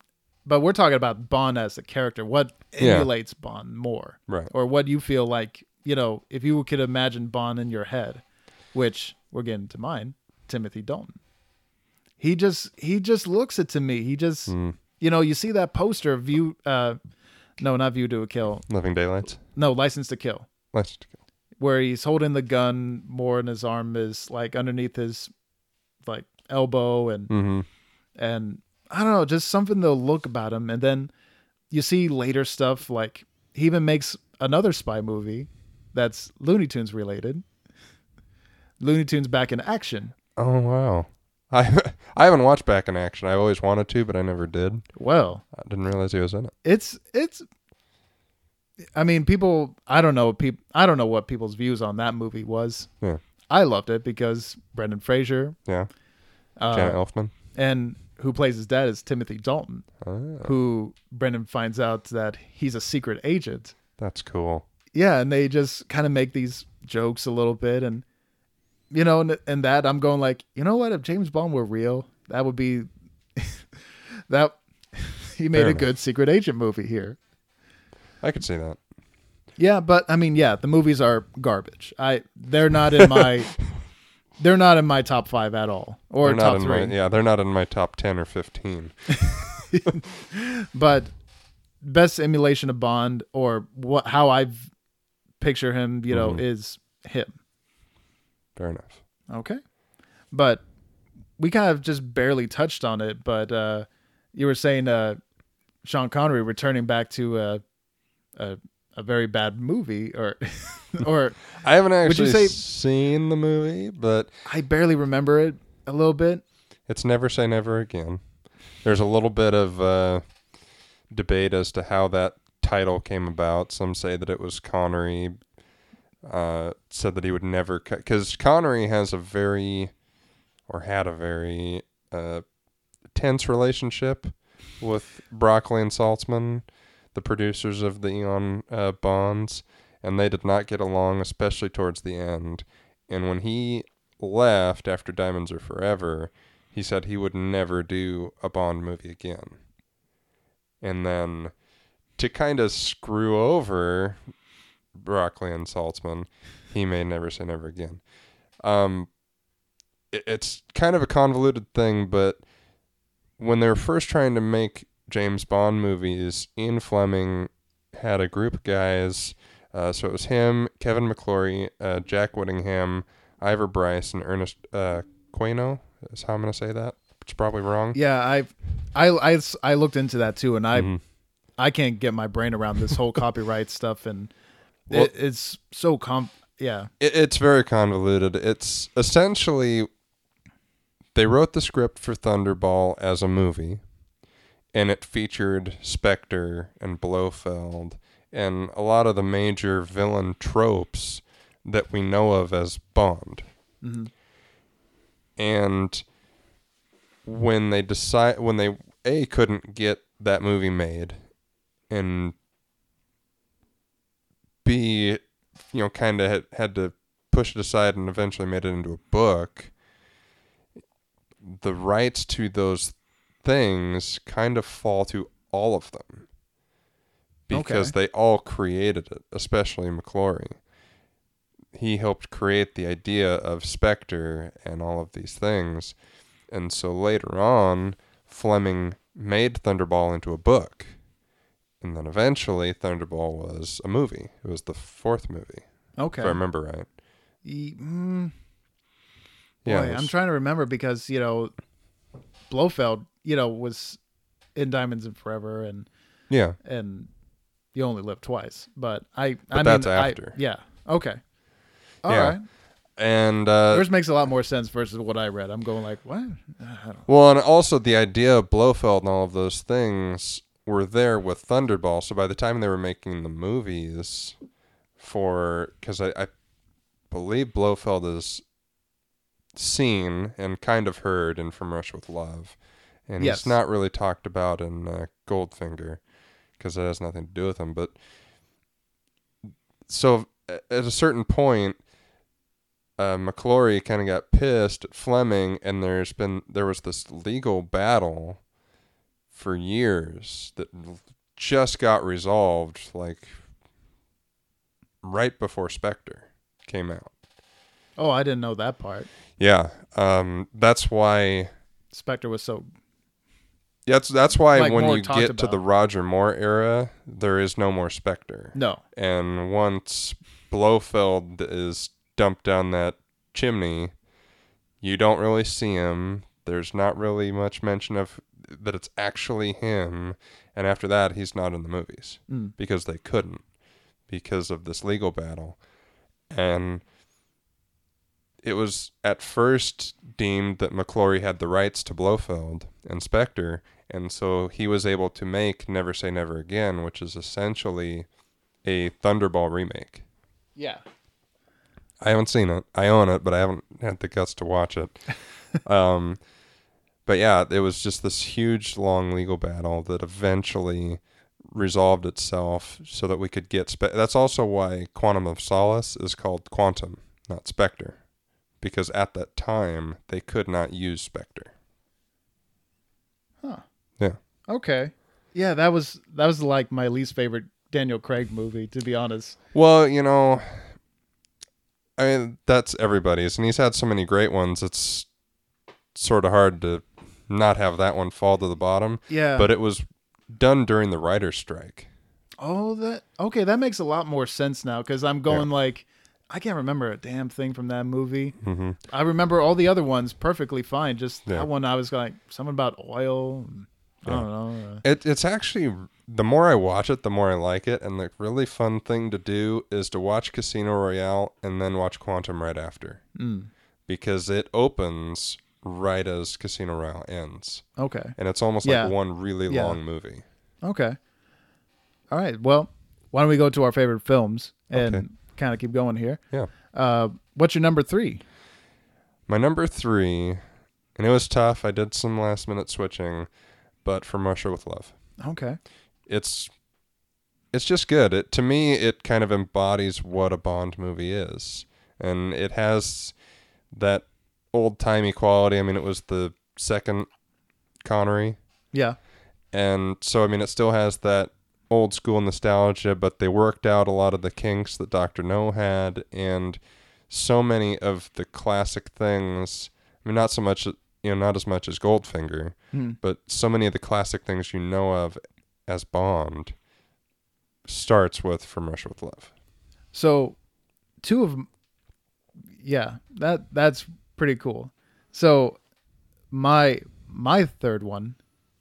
S1: but we're talking about Bond as a character. What
S2: Yeah.
S1: emulates Bond more?
S2: right,
S1: Or what you feel like, you know, if you could imagine Bond in your head, which we're getting to mine, Timothy Dalton. He just he just looks it to me. He just you know, you see that poster of View uh no, not View to a Kill.
S2: Living Daylights,
S1: No, License to Kill.
S2: License to Kill.
S1: where he's holding the gun more and his arm is like underneath his like elbow and
S2: Mm-hmm.
S1: and I don't know, just something to look about him. And then you see later stuff like he even makes another spy movie that's Looney Tunes related. Looney Tunes back in action.
S2: Oh wow. I I haven't watched Back in Action. I always wanted to, but I never did.
S1: Well,
S2: I didn't realize he was in it.
S1: it's it's. I mean, people. I don't know. People. I don't know what people's views on that movie was.
S2: Yeah.
S1: I loved it because Brendan Fraser,
S2: Yeah.
S1: uh,
S2: Janet Elfman.
S1: and who plays his dad is Timothy Dalton,
S2: Oh,
S1: who Brendan finds out that he's a secret agent.
S2: that's cool.
S1: yeah, and they just kind of make these jokes a little bit, and you know, and, and that I'm going like, you know what? If James Bond were real, that would be that he made
S2: Fair
S1: a
S2: enough.
S1: good secret agent movie here.
S2: I could see that.
S1: Yeah, but I mean, yeah, the movies are garbage. I they're not in my they're not in my top five at all or
S2: They're not
S1: top
S2: in
S1: three.
S2: my yeah, they're not in my top ten or fifteen.
S1: But best emulation of Bond or what how I picture him, you know,
S2: Mhm.
S1: is him.
S2: Fair enough.
S1: Okay. But we kind of just barely touched on it, but uh, you were saying uh, Sean Connery returning back to uh, a, a very bad movie, or or
S2: I haven't
S1: you
S2: actually
S1: say-
S2: seen the movie, but
S1: I barely remember it a little bit.
S2: it's never say never again. There's a little bit of uh, debate as to how that title came about. Some say that it was Connery uh, said that he would never because Connery has a very or had a very uh, tense relationship with Broccoli and Saltzman, the producers of the Eon uh, Bonds, and they did not get along, especially towards the end. And when he left after Diamonds Are Forever, he said he would never do a Bond movie again. And then to kind of screw over Broccoli and Saltzman, he made Never Say Never Again. Um, it- it's kind of a convoluted thing, but when they were first trying to make James Bond movies, Ian Fleming had a group of guys. Uh, so it was him, Kevin McClory, uh, Jack Whittingham, Ivor Bryce, and Ernest uh, Quaino is how I'm gonna say that. It's probably wrong.
S1: Yeah, I've I, I s- I looked into that too, and I
S2: Mhm.
S1: I can't get my brain around this whole copyright stuff, and
S2: Well-
S1: it, it's so comp. Yeah,
S2: It, it's very convoluted. It's essentially they wrote the script for Thunderball as a movie, and it featured Spectre and Blofeld and a lot of the major villain tropes that we know of as Bond.
S1: Mhm.
S2: And when they decide when they a couldn't get that movie made, and b you know kind of had, had to push it aside and eventually made it into a book the rights to those things kind of fall to all of them because they all created it especially mcclory he helped create the idea of spectre and all of these things and so later on fleming made thunderball into a book and then eventually thunderball was a movie it was the fourth movie
S1: okay.
S2: if I remember right.
S1: E- mm,
S2: Yeah,
S1: Boy,
S2: it
S1: I'm
S2: was-
S1: trying to remember because you know, Blofeld, you know, was in Diamonds and Forever, and
S2: yeah,
S1: and you only live twice. But I,
S2: But
S1: I
S2: that's
S1: mean, I-
S2: after.
S1: yeah, okay, All right.
S2: Yeah. and uh,
S1: Yours makes a lot more sense versus what I read. I'm going like, what? I don't know.
S2: well, and also the idea of Blofeld and all of those things were there with Thunderball. So by the time they were making the movies for, because I, I believe Blofeld is seen and kind of heard in From Rush with Love, and
S1: Yes.
S2: he's not really talked about in uh, Goldfinger because that has nothing to do with him. But so a- at a certain point, uh, McClory kind of got pissed at Fleming, and there's been there was this legal battle for years that l- just got resolved, like right before Spectre came out.
S1: Oh, I didn't know that part.
S2: Yeah, um, that's why.
S1: Spectre was so
S2: That's that's why
S1: Like
S2: when
S1: more
S2: you
S1: talked
S2: get to the
S1: about.
S2: Roger Moore era, there is no more Spectre.
S1: no.
S2: and once Blofeld is dumped down that chimney, you don't really see him. There's not really much mention of that it's actually him. And after that, he's not in the movies
S1: Mm.
S2: because they couldn't because of this legal battle. And it was at first deemed that McClory had the rights to Blofeld and Spectre. And so he was able to make Never Say Never Again, which is essentially a Thunderball remake.
S1: Yeah.
S2: I haven't seen it. I own it, but I haven't had the guts to watch it. um, but yeah, it was just this huge, long legal battle that eventually resolved itself so that we could get. Spe- That's also why Quantum of Solace is called Quantum, not Spectre, because at that time they could not use Spectre.
S1: Okay. Yeah, that was that was like my least favorite Daniel Craig movie, to be honest.
S2: Well, you know, I mean that's everybody's, and he's had so many great ones. It's sort of hard to not have that one fall to the bottom.
S1: Yeah.
S2: but it was done during the writer's strike.
S1: oh, that okay. That makes a lot more sense now because I'm going like I can't remember a damn thing from that movie.
S2: Mm-hmm.
S1: I remember all the other ones perfectly fine. Just
S2: Yeah.
S1: that one, I was like something about oil. and I
S2: Yeah.
S1: don't know. uh,
S2: It, it's actually the more I watch it, the more I like it, and the really fun thing to do is to watch Casino Royale and then watch Quantum right after
S1: mm,
S2: because it opens right as Casino Royale ends,
S1: uh, okay.
S2: and it's almost
S1: Yeah.
S2: like one really
S1: Yeah.
S2: long movie.
S1: Okay. All right. Well, why don't we go to our favorite films and
S2: Okay.
S1: kind of keep going here?
S2: Yeah.
S1: Uh, what's your number three?
S2: My number three, and it was tough. I did some last minute switching, but from Russia with Love.
S1: Okay.
S2: it's it's just good. It to me it kind of embodies what a Bond movie is. And it has that old timey quality. I mean it was the second Connery.
S1: Yeah.
S2: And so I mean it still has that old school nostalgia, but they worked out a lot of the kinks that Doctor No had and so many of the classic things I mean not so much you know, not as much as Goldfinger,
S1: Hmm.
S2: but so many of the classic things you know of as Bond starts with From Russia with Love.
S1: So, two of, 'em- yeah, that that's pretty cool. So, my my third one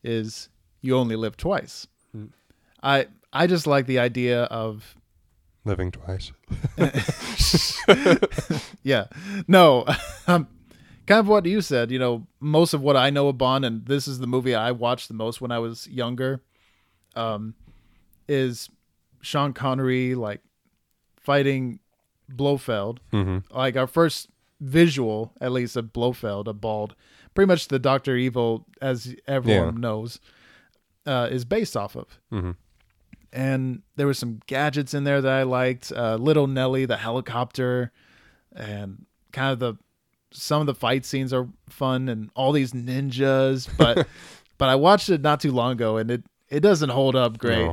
S1: is you only live twice.
S2: Hmm.
S1: I I just like the idea of
S2: Living twice.
S1: yeah. No, um, kind of what you said. You know, most of what I know of Bond, and this is the movie I watched the most when I was younger, um, is Sean Connery like fighting Blofeld.
S2: Mm-hmm.
S1: Like our first visual, at least, of Blofeld, a bald, pretty much the Doctor Evil, as everyone knows, uh, is based off of
S2: Mm-hmm.
S1: and there was some gadgets in there that I liked. Uh, Little Nelly, the helicopter, and kind of the some of the fight scenes are fun, and all these ninjas. But but I watched it not too long ago, and it it doesn't hold up great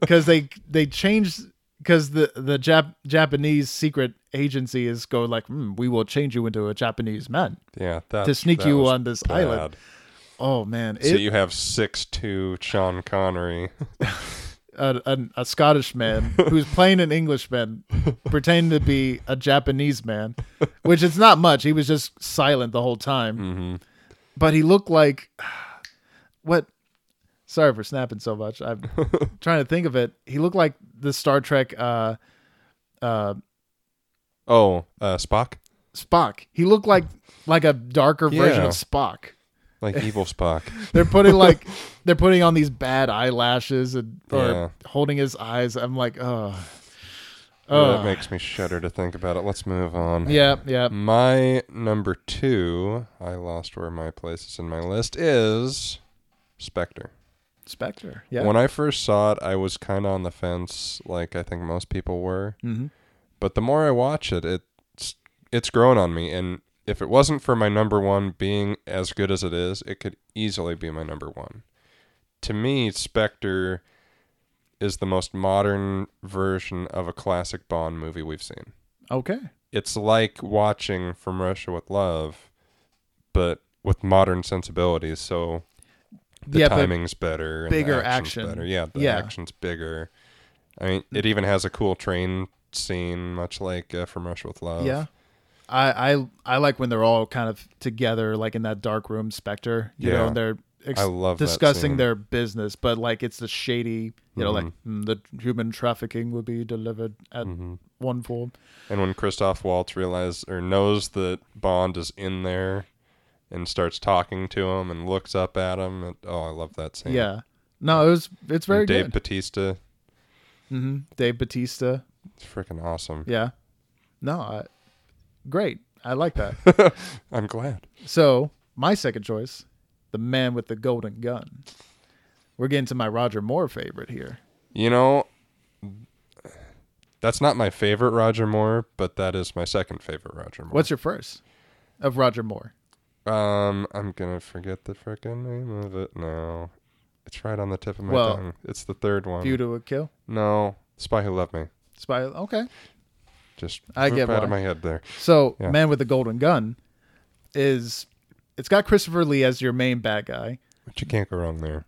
S1: because they they changed because the the Jap- Japanese secret agency is going like, hmm, we will change you into a Japanese man
S2: Yeah, that,
S1: to sneak
S2: that
S1: you
S2: was
S1: on this island.
S2: bad.
S1: Oh man,
S2: so
S1: it,
S2: you have six two Sean Connery.
S1: a, a, a Scottish man who's playing an Englishman, pretending to be a Japanese man, which it's not much. He was just silent the whole time,
S2: Mm-hmm.
S1: but he looked like what? Sorry for snapping so much. I'm trying to think of it. He looked like the Star Trek uh, uh,
S2: Oh, uh, Spock,
S1: Spock. He looked like like a darker version
S2: Yeah.
S1: of Spock.
S2: like evil Spock.
S1: They're putting like they're putting on these bad eyelashes and or
S2: Yeah.
S1: holding his eyes. I'm like, oh,
S2: Oh. That
S1: Ugh.
S2: makes me shudder to think about it. Let's move on.
S1: yeah, yeah.
S2: My number two, I lost where my place is in my list, is Spectre.
S1: Spectre. Yeah.
S2: When I first saw it, I was kind of on the fence, like I think most people were.
S1: mm-hmm.
S2: But the more I watch it, it's it's grown on me. And if it wasn't for my number one being as good as it is, it could easily be my number one. To me, Spectre is the most modern version of a classic Bond movie we've seen.
S1: Okay.
S2: It's like watching From Russia with Love, but with modern sensibilities. So the
S1: yeah, but
S2: timing's better, and the
S1: bigger action.
S2: action's better. Yeah, the
S1: Yeah.
S2: action's bigger. I mean, it even has a cool train scene, much like uh, From Rush with Love.
S1: Yeah. I, I I like when they're all kind of together, like in that dark room, Spectre. You
S2: Yeah.
S1: know, and they're ex-
S2: I love that
S1: discussing
S2: scene.
S1: their business, but like it's the shady, you know, like
S2: Mm-hmm.
S1: mm, the human trafficking will be delivered at one form.
S2: And when Christoph Waltz realizes or knows that Bond is in there and starts talking to him and looks up at him, and, oh, I love that
S1: Yeah.
S2: scene.
S1: No, it was it's very
S2: and Dave
S1: good.
S2: Batista,
S1: hmm Dave Batista.
S2: it's freaking awesome.
S1: Yeah. No, I, great. I like that.
S2: I'm glad.
S1: so my second choice, the man with the golden gun. We're getting to my Roger Moore favorite here.
S2: You know, that's not my favorite Roger Moore, but that is my second favorite Roger Moore.
S1: What's your first of Roger Moore?
S2: Um, I'm gonna forget the freaking name of it now. It's right on the tip of my
S1: Well,
S2: tongue. It's the third one.
S1: View to a Kill.
S2: no, Spy Who Loved Me.
S1: Spy. Okay.
S2: Just
S1: I
S2: whoop
S1: get
S2: out
S1: why.
S2: of my head there.
S1: So,
S2: Yeah.
S1: Man with the Golden Gun is it's got Christopher Lee as your main bad guy.
S2: But you can't go wrong there.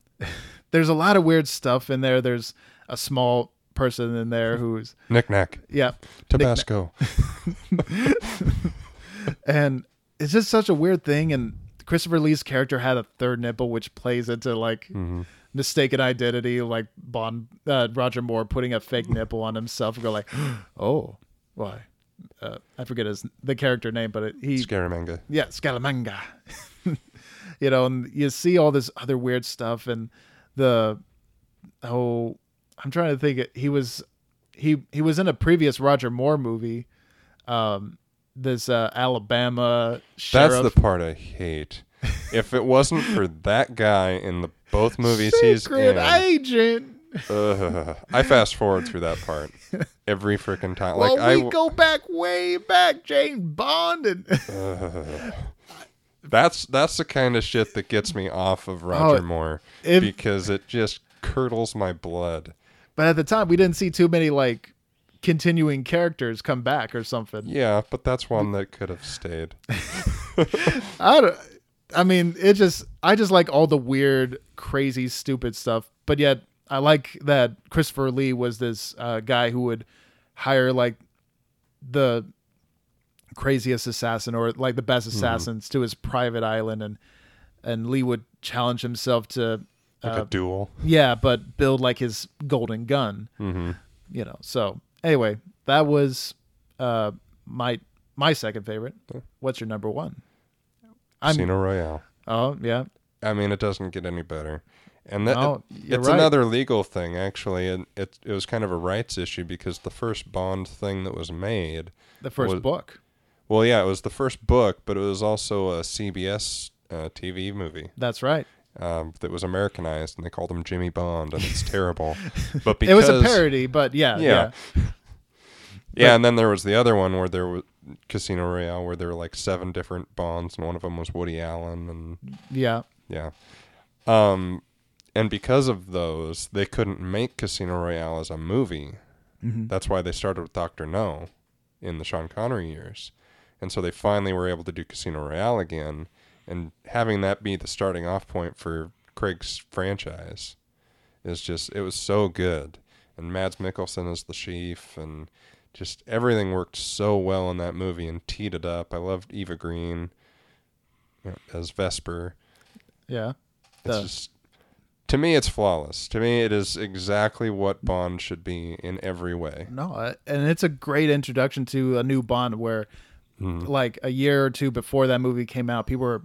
S1: There's a lot of weird stuff in there. There's a small person in there who's
S2: Knick knack,
S1: yeah,
S2: Tabasco.
S1: and it's just such a weird thing and Christopher Lee's character had a third nipple which plays into like mistaken identity like Bond uh, Roger Moore putting a fake nipple on himself and go like, "Oh, why?" Uh, I forget his the character name, but it, he
S2: Scaramanga.
S1: yeah, Scalamanga. you know, and you see all this other weird stuff and the oh I'm trying to think he was he he was in a previous Roger Moore movie. Um this uh Alabama sheriff.
S2: That's the part I hate. if it wasn't for that guy in the both movies he's
S1: Secret
S2: in,
S1: agent.
S2: ugh, I fast forward through that part every freaking time.
S1: Well,
S2: like I,
S1: we
S2: w-
S1: go back way back, James Bond and
S2: that's that's the kind of shit that gets me off of Roger
S1: Oh,
S2: Moore
S1: if-
S2: because it just curdles my blood.
S1: But at the time we didn't see too many like continuing characters come back or something.
S2: Yeah, but that's one that could have stayed.
S1: I don't. I mean, it just. I just like all the weird, crazy, stupid stuff. But yet, I like that Christopher Lee was this uh, guy who would hire like the craziest assassin or like the best assassins to his private island, and and Lee would challenge himself to.
S2: Like
S1: Uh,
S2: a duel.
S1: Yeah, but build like his golden gun. Mm-hmm. You know. So anyway, that was uh, my my second favorite. What's your number one? I'm-
S2: Casino Royale.
S1: Oh yeah,
S2: I mean, it doesn't get any better. And that
S1: No, you're
S2: it's
S1: right.
S2: another legal thing, actually, and it it was kind of a rights issue because the first Bond thing that was made,
S1: the first
S2: Was-
S1: book.
S2: well, yeah, it was the first book, but it was also a CBS uh, TV movie
S1: That's right.
S2: um, that was Americanized, and they called him Jimmy Bond, and it's terrible. But
S1: It was a
S2: because
S1: parody, but yeah, yeah,
S2: Yeah. Yeah, and then there was the other one where there was Casino Royale, where there were like seven different Bonds, and one of them was Woody Allen, and
S1: yeah,
S2: yeah, um, and because of those, they couldn't make Casino Royale as a movie. That's why they started with Doctor No, in the Sean Connery years, and so they finally were able to do Casino Royale again, and having that be the starting off point for Craig's franchise, is just it was so good, and Mads Mikkelsen is the chief, and just everything worked so well in that movie and teed it up. I loved Eva Green you know, as Vesper.
S1: yeah.
S2: It's
S1: The-
S2: just to me, it's flawless. To me, it is exactly what Bond should be in every way.
S1: No, uh, and it's a great introduction to a new Bond where,
S2: Hmm.
S1: like, a year or two before that movie came out, people were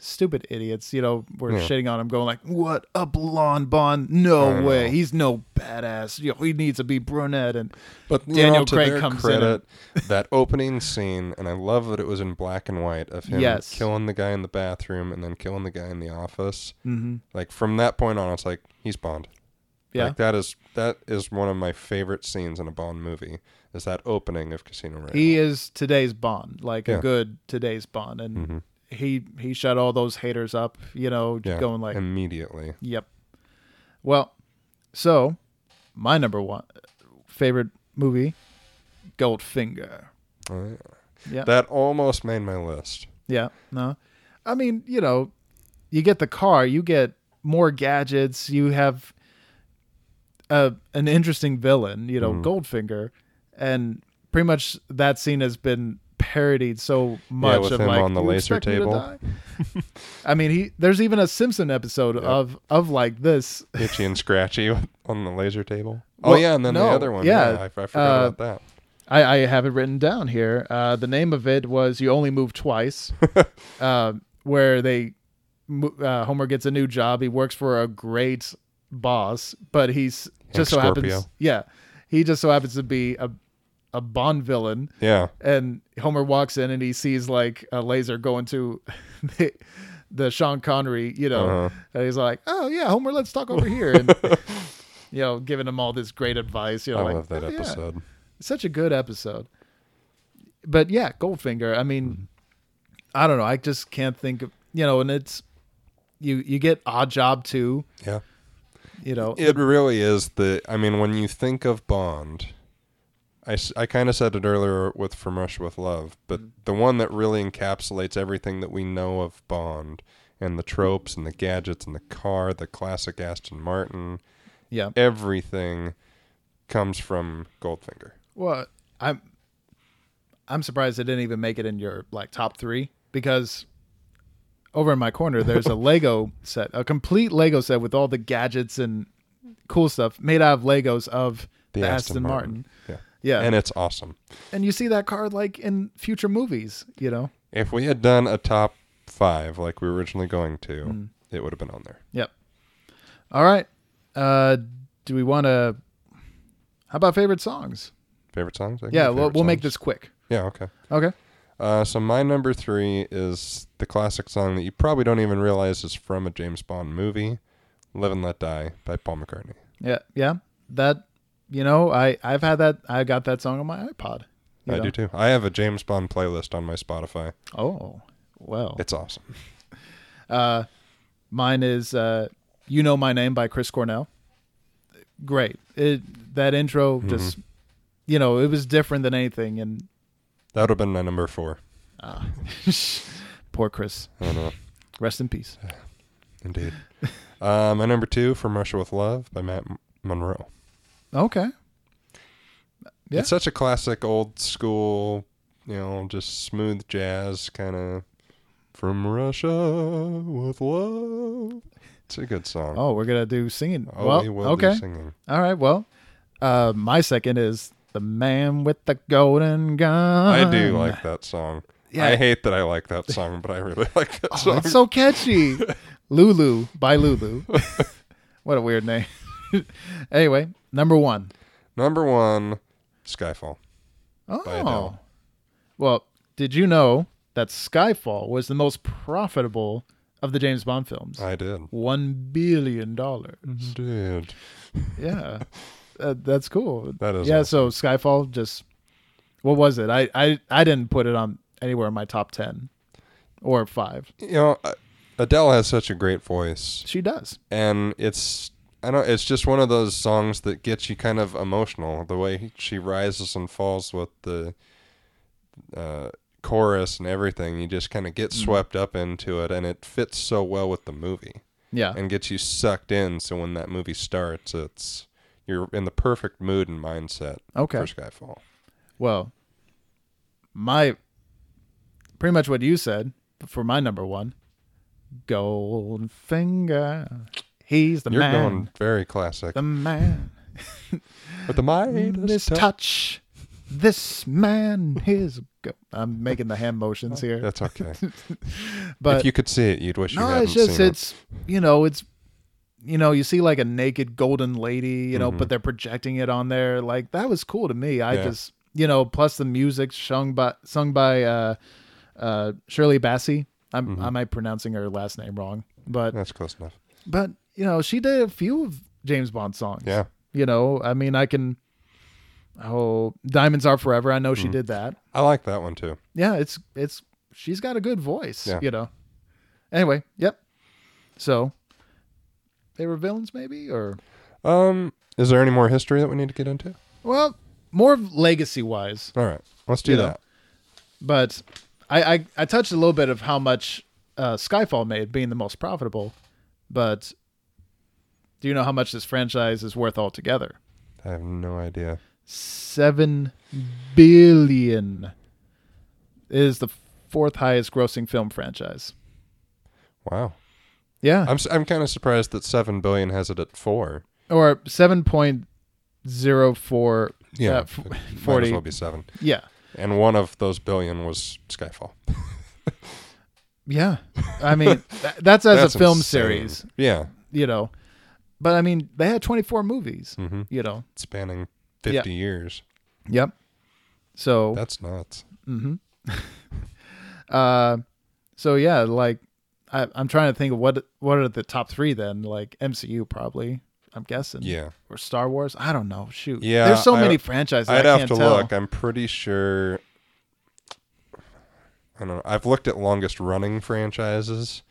S1: stupid idiots, you know, were shitting on him, going like, "What a blonde Bond? No
S2: I
S1: way,
S2: know.
S1: he's no badass. You know, he needs to be brunette." And
S2: But you
S1: Daniel
S2: know, to
S1: Craig
S2: their
S1: comes in
S2: credit, that opening scene, and I love that it was in black and white of him
S1: Yes.
S2: killing the guy in the bathroom and then killing the guy in the office. Mm-hmm. Like from that point on, it's like he's Bond.
S1: yeah,
S2: Like that is that is one of my favorite scenes in a Bond movie. Is that opening of Casino Royale?
S1: he is today's Bond, like
S2: Yeah. Mm-hmm.
S1: a good today's Bond, and he he shut all those haters up, you know,
S2: yeah,
S1: going like,
S2: immediately.
S1: Yep. Well, so my number one favorite movie, Goldfinger.
S2: Oh, yeah.
S1: Yeah.
S2: That almost made my list.
S1: Yeah. No. I mean, you know, you get the car, you get more
S2: Mm-hmm.
S1: gadgets, you have a an interesting villain, you know, Goldfinger, and pretty much that scene has been parodied so much
S2: with
S1: of
S2: him
S1: like
S2: on the
S1: "You
S2: laser
S1: expect me to
S2: table."
S1: die?" I mean, he there's even a Simpson episode of of like this.
S2: Itchy and scratchy on the laser table. Oh
S1: Well,
S2: yeah, and then
S1: no,
S2: the other one.
S1: yeah,
S2: Yeah, I, I forgot
S1: uh,
S2: about that.
S1: I, I have it written down here. Uh, the name of it was "You Only Move Twice," uh, where they mo- uh, Homer gets a new job. He works for a great boss, but he's just so happens,
S2: Scorpio.
S1: yeah, he just so happens to be a a Bond villain.
S2: Yeah,
S1: And Homer walks in and he sees like a laser going to the, the Sean Connery, you know,
S2: Uh-huh.
S1: and he's like, "Oh yeah, Homer, let's talk over here," and you know, giving him all this great advice. You know,
S2: I
S1: like,
S2: love that
S1: "Oh, yeah."
S2: episode.
S1: such a good episode. But yeah, Goldfinger. I mean, I don't know. I just can't think of you know, and it's you you get Odd Job too.
S2: Yeah.
S1: You know,
S2: It really is the. I mean, when you think of Bond, I, kind of said it earlier with From Rush with Love, but
S1: Mm.
S2: the one that really encapsulates everything that we know of Bond and the tropes and the gadgets and the car, the classic Aston Martin,
S1: yeah.
S2: everything comes from Goldfinger.
S1: Well, I'm I'm surprised it didn't even make it in your like top three because over in my corner there's a Lego set, a complete Lego set with all the gadgets and cool stuff made out of Legos of the, Aston, Martin.
S2: Yeah.
S1: Yeah,
S2: And it's awesome.
S1: and you see that car like in future movies. You know.
S2: If we had done a top five like we were originally going to,
S1: Hmm.
S2: it would have been on there.
S1: Yep. All right. Uh, do we want to? How about favorite songs?
S2: Favorite songs? I can
S1: Yeah,
S2: do
S1: we'll,
S2: favorite
S1: we'll make
S2: songs.
S1: this quick.
S2: Yeah, okay.
S1: Okay.
S2: Uh, so my number three is the classic song that you probably don't even realize is from a James Bond movie, "Live and Let Die" by Paul McCartney.
S1: Yeah, yeah. That, you know, I I've had that. I got that song on my iPod. you
S2: I
S1: know.
S2: do too. I have a James Bond playlist on my Spotify.
S1: Oh, well.
S2: It's awesome.
S1: Uh, mine is uh, "You Know My Name" by Chris Cornell. Great. It that intro
S2: Mm-hmm.
S1: just, you know, it was different than anything. And
S2: That would have been my number four.
S1: poor Chris,
S2: I don't know.
S1: rest in peace.
S2: Indeed. uh, my number two, "From Russia with Love" by Matt M- Monroe.
S1: Okay. Yeah.
S2: It's such a classic, old school, you know, just smooth jazz kind of. From Russia with Love. It's a good song.
S1: Oh, we're gonna do singing.
S2: Oh,
S1: well,
S2: we will
S1: okay.
S2: be singing.
S1: All right. Well, uh, my second is the man with the golden gun.
S2: I do like that song.
S1: Uh-huh. Yeah.
S2: I hate that I like that song, but I really like that
S1: Oh,
S2: song.
S1: it's so catchy. Lulu by Lulu. what a weird name. anyway, number one.
S2: Number one, Skyfall.
S1: Oh.
S2: Adele.
S1: Well, did you know that Skyfall was the most profitable of the James Bond films?
S2: I did.
S1: One billion dollars.
S2: Dude.
S1: yeah uh, that's cool
S2: That is
S1: yeah so skyfall just what was it I, I i didn't put it on anywhere in my top 10 or 5
S2: You know, uh, Adele has such a great voice,
S1: she does
S2: and it's I don't. It's just one of those songs that gets you kind of emotional. The way she rises and falls with the uh, chorus and everything, you just kind of get
S1: Mm-hmm.
S2: swept up into it, and it fits so well with the movie.
S1: yeah
S2: and gets you sucked in. So when that movie starts, it's you're in the perfect mood and mindset
S1: Okay.
S2: for Skyfall.
S1: well my pretty much what you said for my number one goldfinger he's the
S2: You're
S1: man
S2: going very classic.
S1: the man
S2: With the Midas
S1: this
S2: touch.
S1: touch this man his go- i'm making the hand motions here
S2: That's okay.
S1: but
S2: if you could see it, you'd wish you
S1: No,
S2: hadn't
S1: it's just
S2: seen it.
S1: it's you know it's you know you see like a naked golden lady you know but they're projecting it on there like that was cool to me. I
S2: Mm-hmm. Yeah.
S1: just you know plus the music sung by sung by uh, uh, Shirley Bassey. I'm
S2: Mm-hmm.
S1: I might pronouncing her last name wrong, but
S2: That's close enough.
S1: but you know she did a few of James Bond songs.
S2: Yeah.
S1: you know I mean I can. Oh, diamonds are forever. I know
S2: Mm.
S1: she did that
S2: I like that one too.
S1: yeah, it's it's she's got a good voice,
S2: Yeah.
S1: you know. Anyway, yep. So they were villains maybe or
S2: Um, is there any more history that we need to get into?
S1: well, more legacy wise,
S2: All right, let's do
S1: You know.
S2: that.
S1: but I, I I touched a little bit of how much uh, Skyfall made being the most profitable, but do you know how much this franchise is worth altogether?
S2: I have no idea.
S1: seven billion. It is the fourth highest grossing film franchise.
S2: Wow.
S1: Yeah,
S2: I'm, s- I'm kind of surprised that 7 billion has it at 4.
S1: or seven point zero four.
S2: Yeah.
S1: uh, f-
S2: it Might as
S1: forty.
S2: well be 7.
S1: Yeah,
S2: And one of those billion was Skyfall.
S1: yeah. I mean, tha- that's as
S2: That's
S1: a film
S2: insane.
S1: series,
S2: Yeah.
S1: you know. But I mean, they had twenty four movies,
S2: Mm-hmm.
S1: you know.
S2: Spanning
S1: Yeah.
S2: 50 years.
S1: Yep. So
S2: That's nuts.
S1: Mm-hmm. uh, so yeah, like I, I'm trying to think of what what are the top three then? Like MCU probably. I'm guessing.
S2: Yeah.
S1: Or Star Wars. I don't know. Shoot.
S2: Yeah,
S1: There's so
S2: I-
S1: many franchises.
S2: I'd
S1: I
S2: have
S1: can't
S2: to
S1: tell.
S2: look. I'm pretty sure. I don't know. I've looked at longest running franchises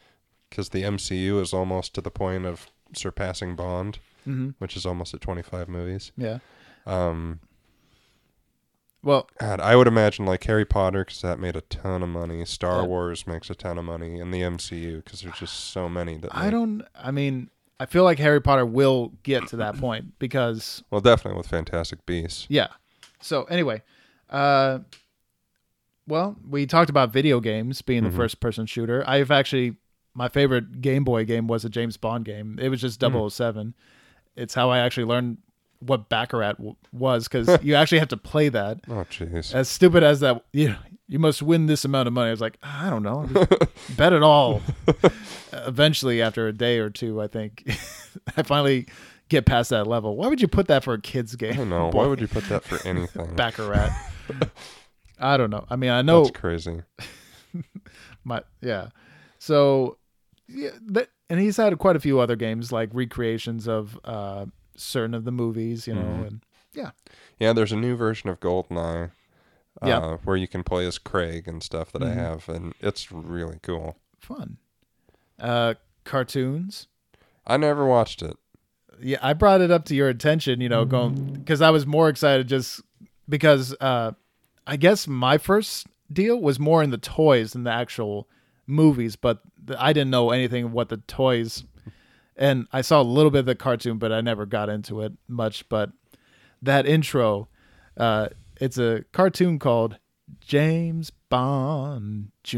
S2: because the MCU is almost to the point of surpassing Bond,
S1: Mhm.
S2: which is almost at 25 movies.
S1: Yeah.
S2: Um,
S1: Well,
S2: God, I would imagine like Harry Potter because that made a ton of money. Star
S1: Yeah.
S2: Wars makes a ton of money, and the MCU because there's just so many that
S1: I
S2: make-
S1: don't. I mean, I feel like Harry Potter will get to that point because
S2: Well, definitely with Fantastic Beasts.
S1: yeah. So anyway, uh, well, we talked about video games being the first person shooter. I've actually my favorite Game Boy game was a James Bond game. It was just 007. It's how I actually learned what baccarat w- was cuz you actually have to play that.
S2: Oh, jeez.
S1: As stupid as that, you know, you must win this amount of money. I was like, "Ah, I don't know. Just bet it all. Eventually after a day or two, I think I finally get past that level. Why would you put that for a kids game?
S2: I don't know. Why would you put that for anything?
S1: Baccarat. I don't know. I mean, I know
S2: That's crazy.
S1: my yeah. So yeah, that, and he's had quite a few other games like recreations of uh certain of the movies, you know,
S2: Mm-hmm.
S1: and
S2: Yeah, there's a new version of Goldeneye. Uh,
S1: Yeah.
S2: where you can play as Craig and stuff that I
S1: Mm-hmm.
S2: have, and it's really cool.
S1: fun. Uh cartoons.
S2: I never watched it.
S1: Yeah, I brought it up to your attention, you know, going cuz I was more excited just because uh I guess my first deal was more in the toys than the actual movies, but the, I didn't know anything of what the toys and I saw a little bit of the cartoon, but I never got into it much. But that intro, uh, it's a cartoon called James Bond Jr.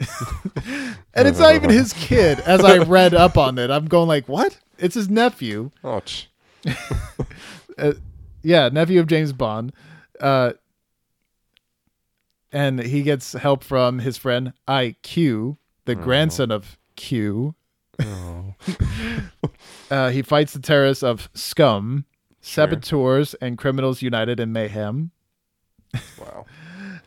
S1: and it's not even his kid. As I read up on it, I'm going like, what? It's his nephew.
S2: Oh, ch-
S1: Yeah, nephew of James Bond. Uh, and he gets help from his friend IQ, the grandson of Q.
S2: oh.
S1: Uh, he fights the terrorists of Scum, Saboteurs, and Criminals United in Mayhem.
S2: wow.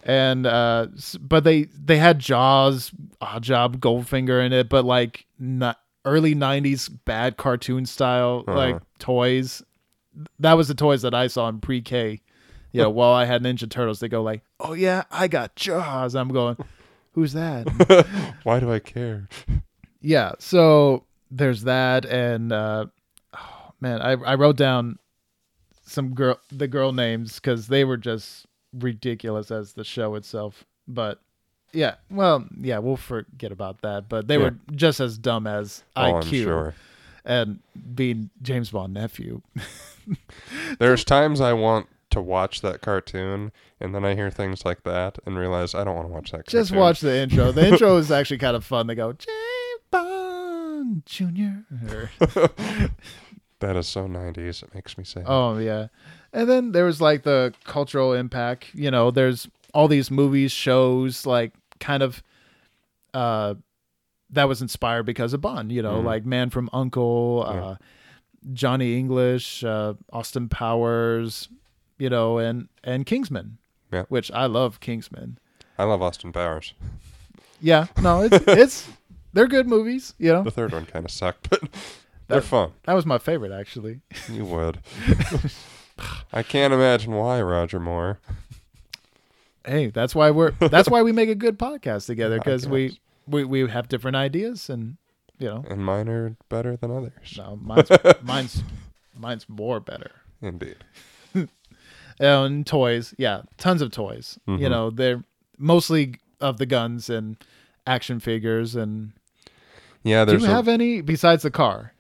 S1: And uh, s- but they they had Jaws, Odd Job, Goldfinger in it, but like not early '90s bad cartoon style
S2: Uh-huh.
S1: like toys. That was the toys that I saw in pre-K. Yeah, while I had Ninja Turtles, they go like, "Oh yeah, I got Jaws." I'm going, "Who's that?"
S2: Why do I care?
S1: yeah so there's that and uh oh, man i i wrote down some girl the girl names because they were just ridiculous as the show itself but yeah well yeah we'll forget about that but they
S2: Yeah.
S1: were just as dumb as
S2: Oh,
S1: iq
S2: I'm sure.
S1: and being james bond nephew
S2: There's times I want to watch that cartoon, and then I hear things like that and realize I don't want to watch that.
S1: just
S2: cartoon.
S1: watch the intro the intro is actually kind of fun they go james bond junior
S2: That is so 90s. It makes me sad.
S1: Oh yeah. And then there was like the cultural impact, you know, there's all these movies, shows like kind of uh that was inspired because of Bond, you know,
S2: Mhm.
S1: like Man from Uncle, uh Johnny English, uh Austin Powers, you know, and and Kingsman.
S2: Yeah.
S1: Which I love Kingsman.
S2: I love Austin Powers.
S1: Yeah. No, it's it's they're good movies, you know.
S2: The third one kind of sucked, but they're fun.
S1: That was my favorite actually.
S2: You would. I can't imagine why, Roger Moore.
S1: hey, that's why we're that's why we make a good podcast together because
S2: Podcast.
S1: we, we we have different ideas and you know
S2: And mine are better than others.
S1: no, mine's mine's mine's more better.
S2: Indeed.
S1: And toys, yeah, tons of toys. You
S2: Mhm.
S1: know, they're mostly of the guns and action figures. And
S2: Yeah,
S1: do
S2: there's.
S1: you
S2: a-
S1: have any besides the car?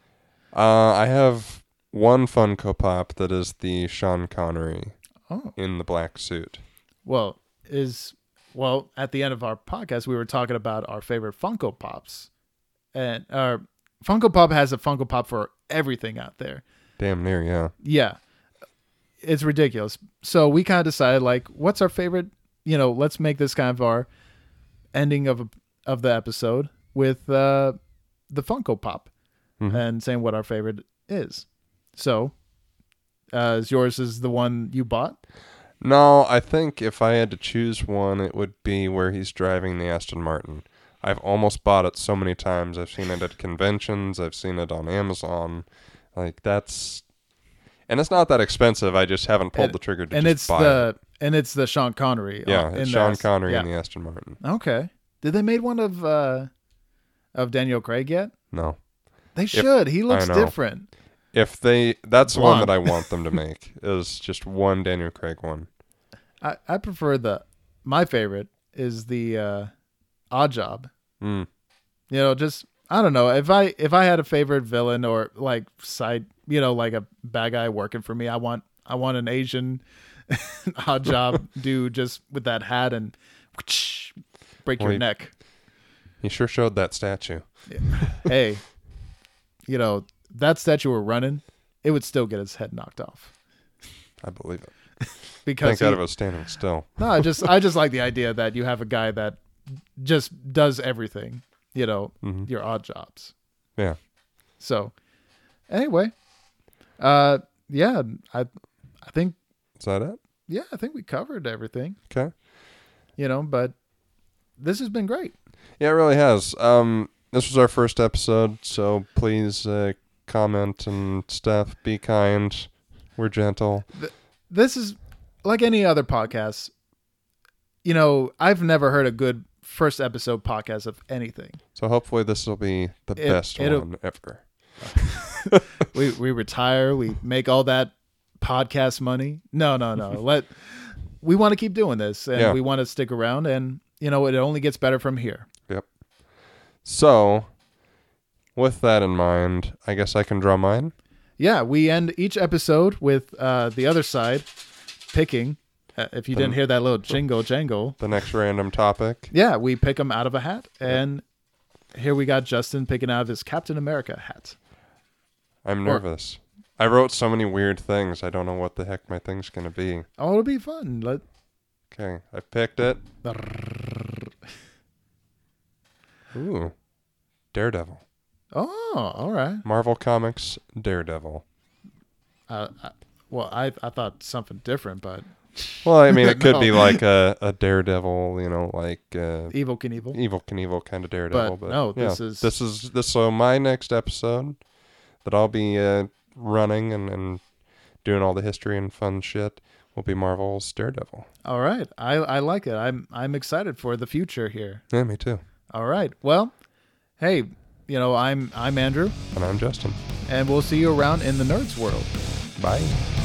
S2: uh, I have one Funko Pop that is the Sean Connery
S1: Oh.
S2: in the black suit.
S1: Well, is well at the end of our podcast we were talking about our favorite Funko Pops, and uh, Funko Pop has a Funko Pop for everything out there.
S2: Damn near, yeah.
S1: Yeah, it's ridiculous. So we kind of decided like, what's our favorite? You know, let's make this kind of our ending of of the episode with uh, the Funko Pop,
S2: Mhm.
S1: and saying what our favorite is. So, uh, is yours is the one you bought?
S2: No, I think if I had to choose one, it would be where he's driving the Aston Martin. I've almost bought it so many times. I've seen it at conventions, I've seen it on Amazon. Like that's and it's not that expensive. I just haven't pulled
S1: And-
S2: the trigger to
S1: and
S2: just
S1: it's
S2: buy it.
S1: the and it's the Sean Connery.
S2: Yeah,
S1: on-
S2: it's
S1: in
S2: Sean
S1: this.
S2: Connery
S1: Yeah.
S2: and the Aston Martin.
S1: okay. Did they made one of uh of Daniel Craig yet?
S2: No.
S1: They should. he looks
S2: know.
S1: different.
S2: If they that's one
S1: Blonde.
S2: that I want them to make is just one Daniel Craig one.
S1: I I prefer the my favorite is the uh Odd Job.
S2: Mm.
S1: You know, just I don't know. If I if I had a favorite villain or like side, you know, like a bad guy working for me, I want I want an Asian odd job dude just with that hat and break your
S2: Wait.
S1: neck.
S2: He sure showed that statue.
S1: hey, you know, that statue were running, it would still get his head knocked off.
S2: I believe it.
S1: Because
S2: Thank God
S1: he-
S2: it was standing still.
S1: no, I just I just like the idea that you have a guy that just does everything, you know,
S2: Mhm.
S1: your odd jobs.
S2: Yeah.
S1: So anyway. Uh yeah, I I think
S2: Is that it?
S1: yeah, I think we covered everything,
S2: Okay.
S1: you know, but this has been great.
S2: Yeah, it really has. Um, this was our first episode, so please uh, comment and stuff. Be kind. We're gentle.
S1: this is like any other podcast. You know, I've never heard a good first episode podcast of anything.
S2: So hopefully this will be the
S1: It-
S2: best
S1: it'll-
S2: one ever.
S1: We we retire, we make all that podcast money. No, no, no. Let we want to keep doing this and
S2: Yeah.
S1: we want to stick around and you know, it only gets better from here.
S2: Yep. So, with that in mind, I guess I can draw mine.
S1: Yeah, we end each episode with uh the other side picking uh, if you didn't hear that little jingle jangle.
S2: The next random topic.
S1: Yeah, we pick them out of a hat and here we got Justin picking out of his Captain America hat.
S2: I'm
S1: Or-
S2: nervous. I wrote so many weird things. I don't know what the heck my thing's gonna be.
S1: Oh, it'll be fun. Let
S2: Okay, I picked it. Ooh, Daredevil.
S1: Oh, all right.
S2: Marvel Comics Daredevil.
S1: Uh, I, well, I I thought something different, but
S2: Well, I mean, it could
S1: No.
S2: be like a, a daredevil, you know, like uh,
S1: Evil Knievel.
S2: evil Knievel kind of daredevil. But,
S1: no,
S2: yeah.
S1: this is-
S2: this is this. So my next episode that I'll be uh, running and, and doing all the history and fun shit will be Marvel's Daredevil.
S1: All right, I I like it. I'm I'm excited for the future here.
S2: Yeah, me too.
S1: All right. Well, hey, you know I'm I'm Andrew,
S2: And I'm Justin.
S1: and we'll see you around in the nerds world.
S2: Bye.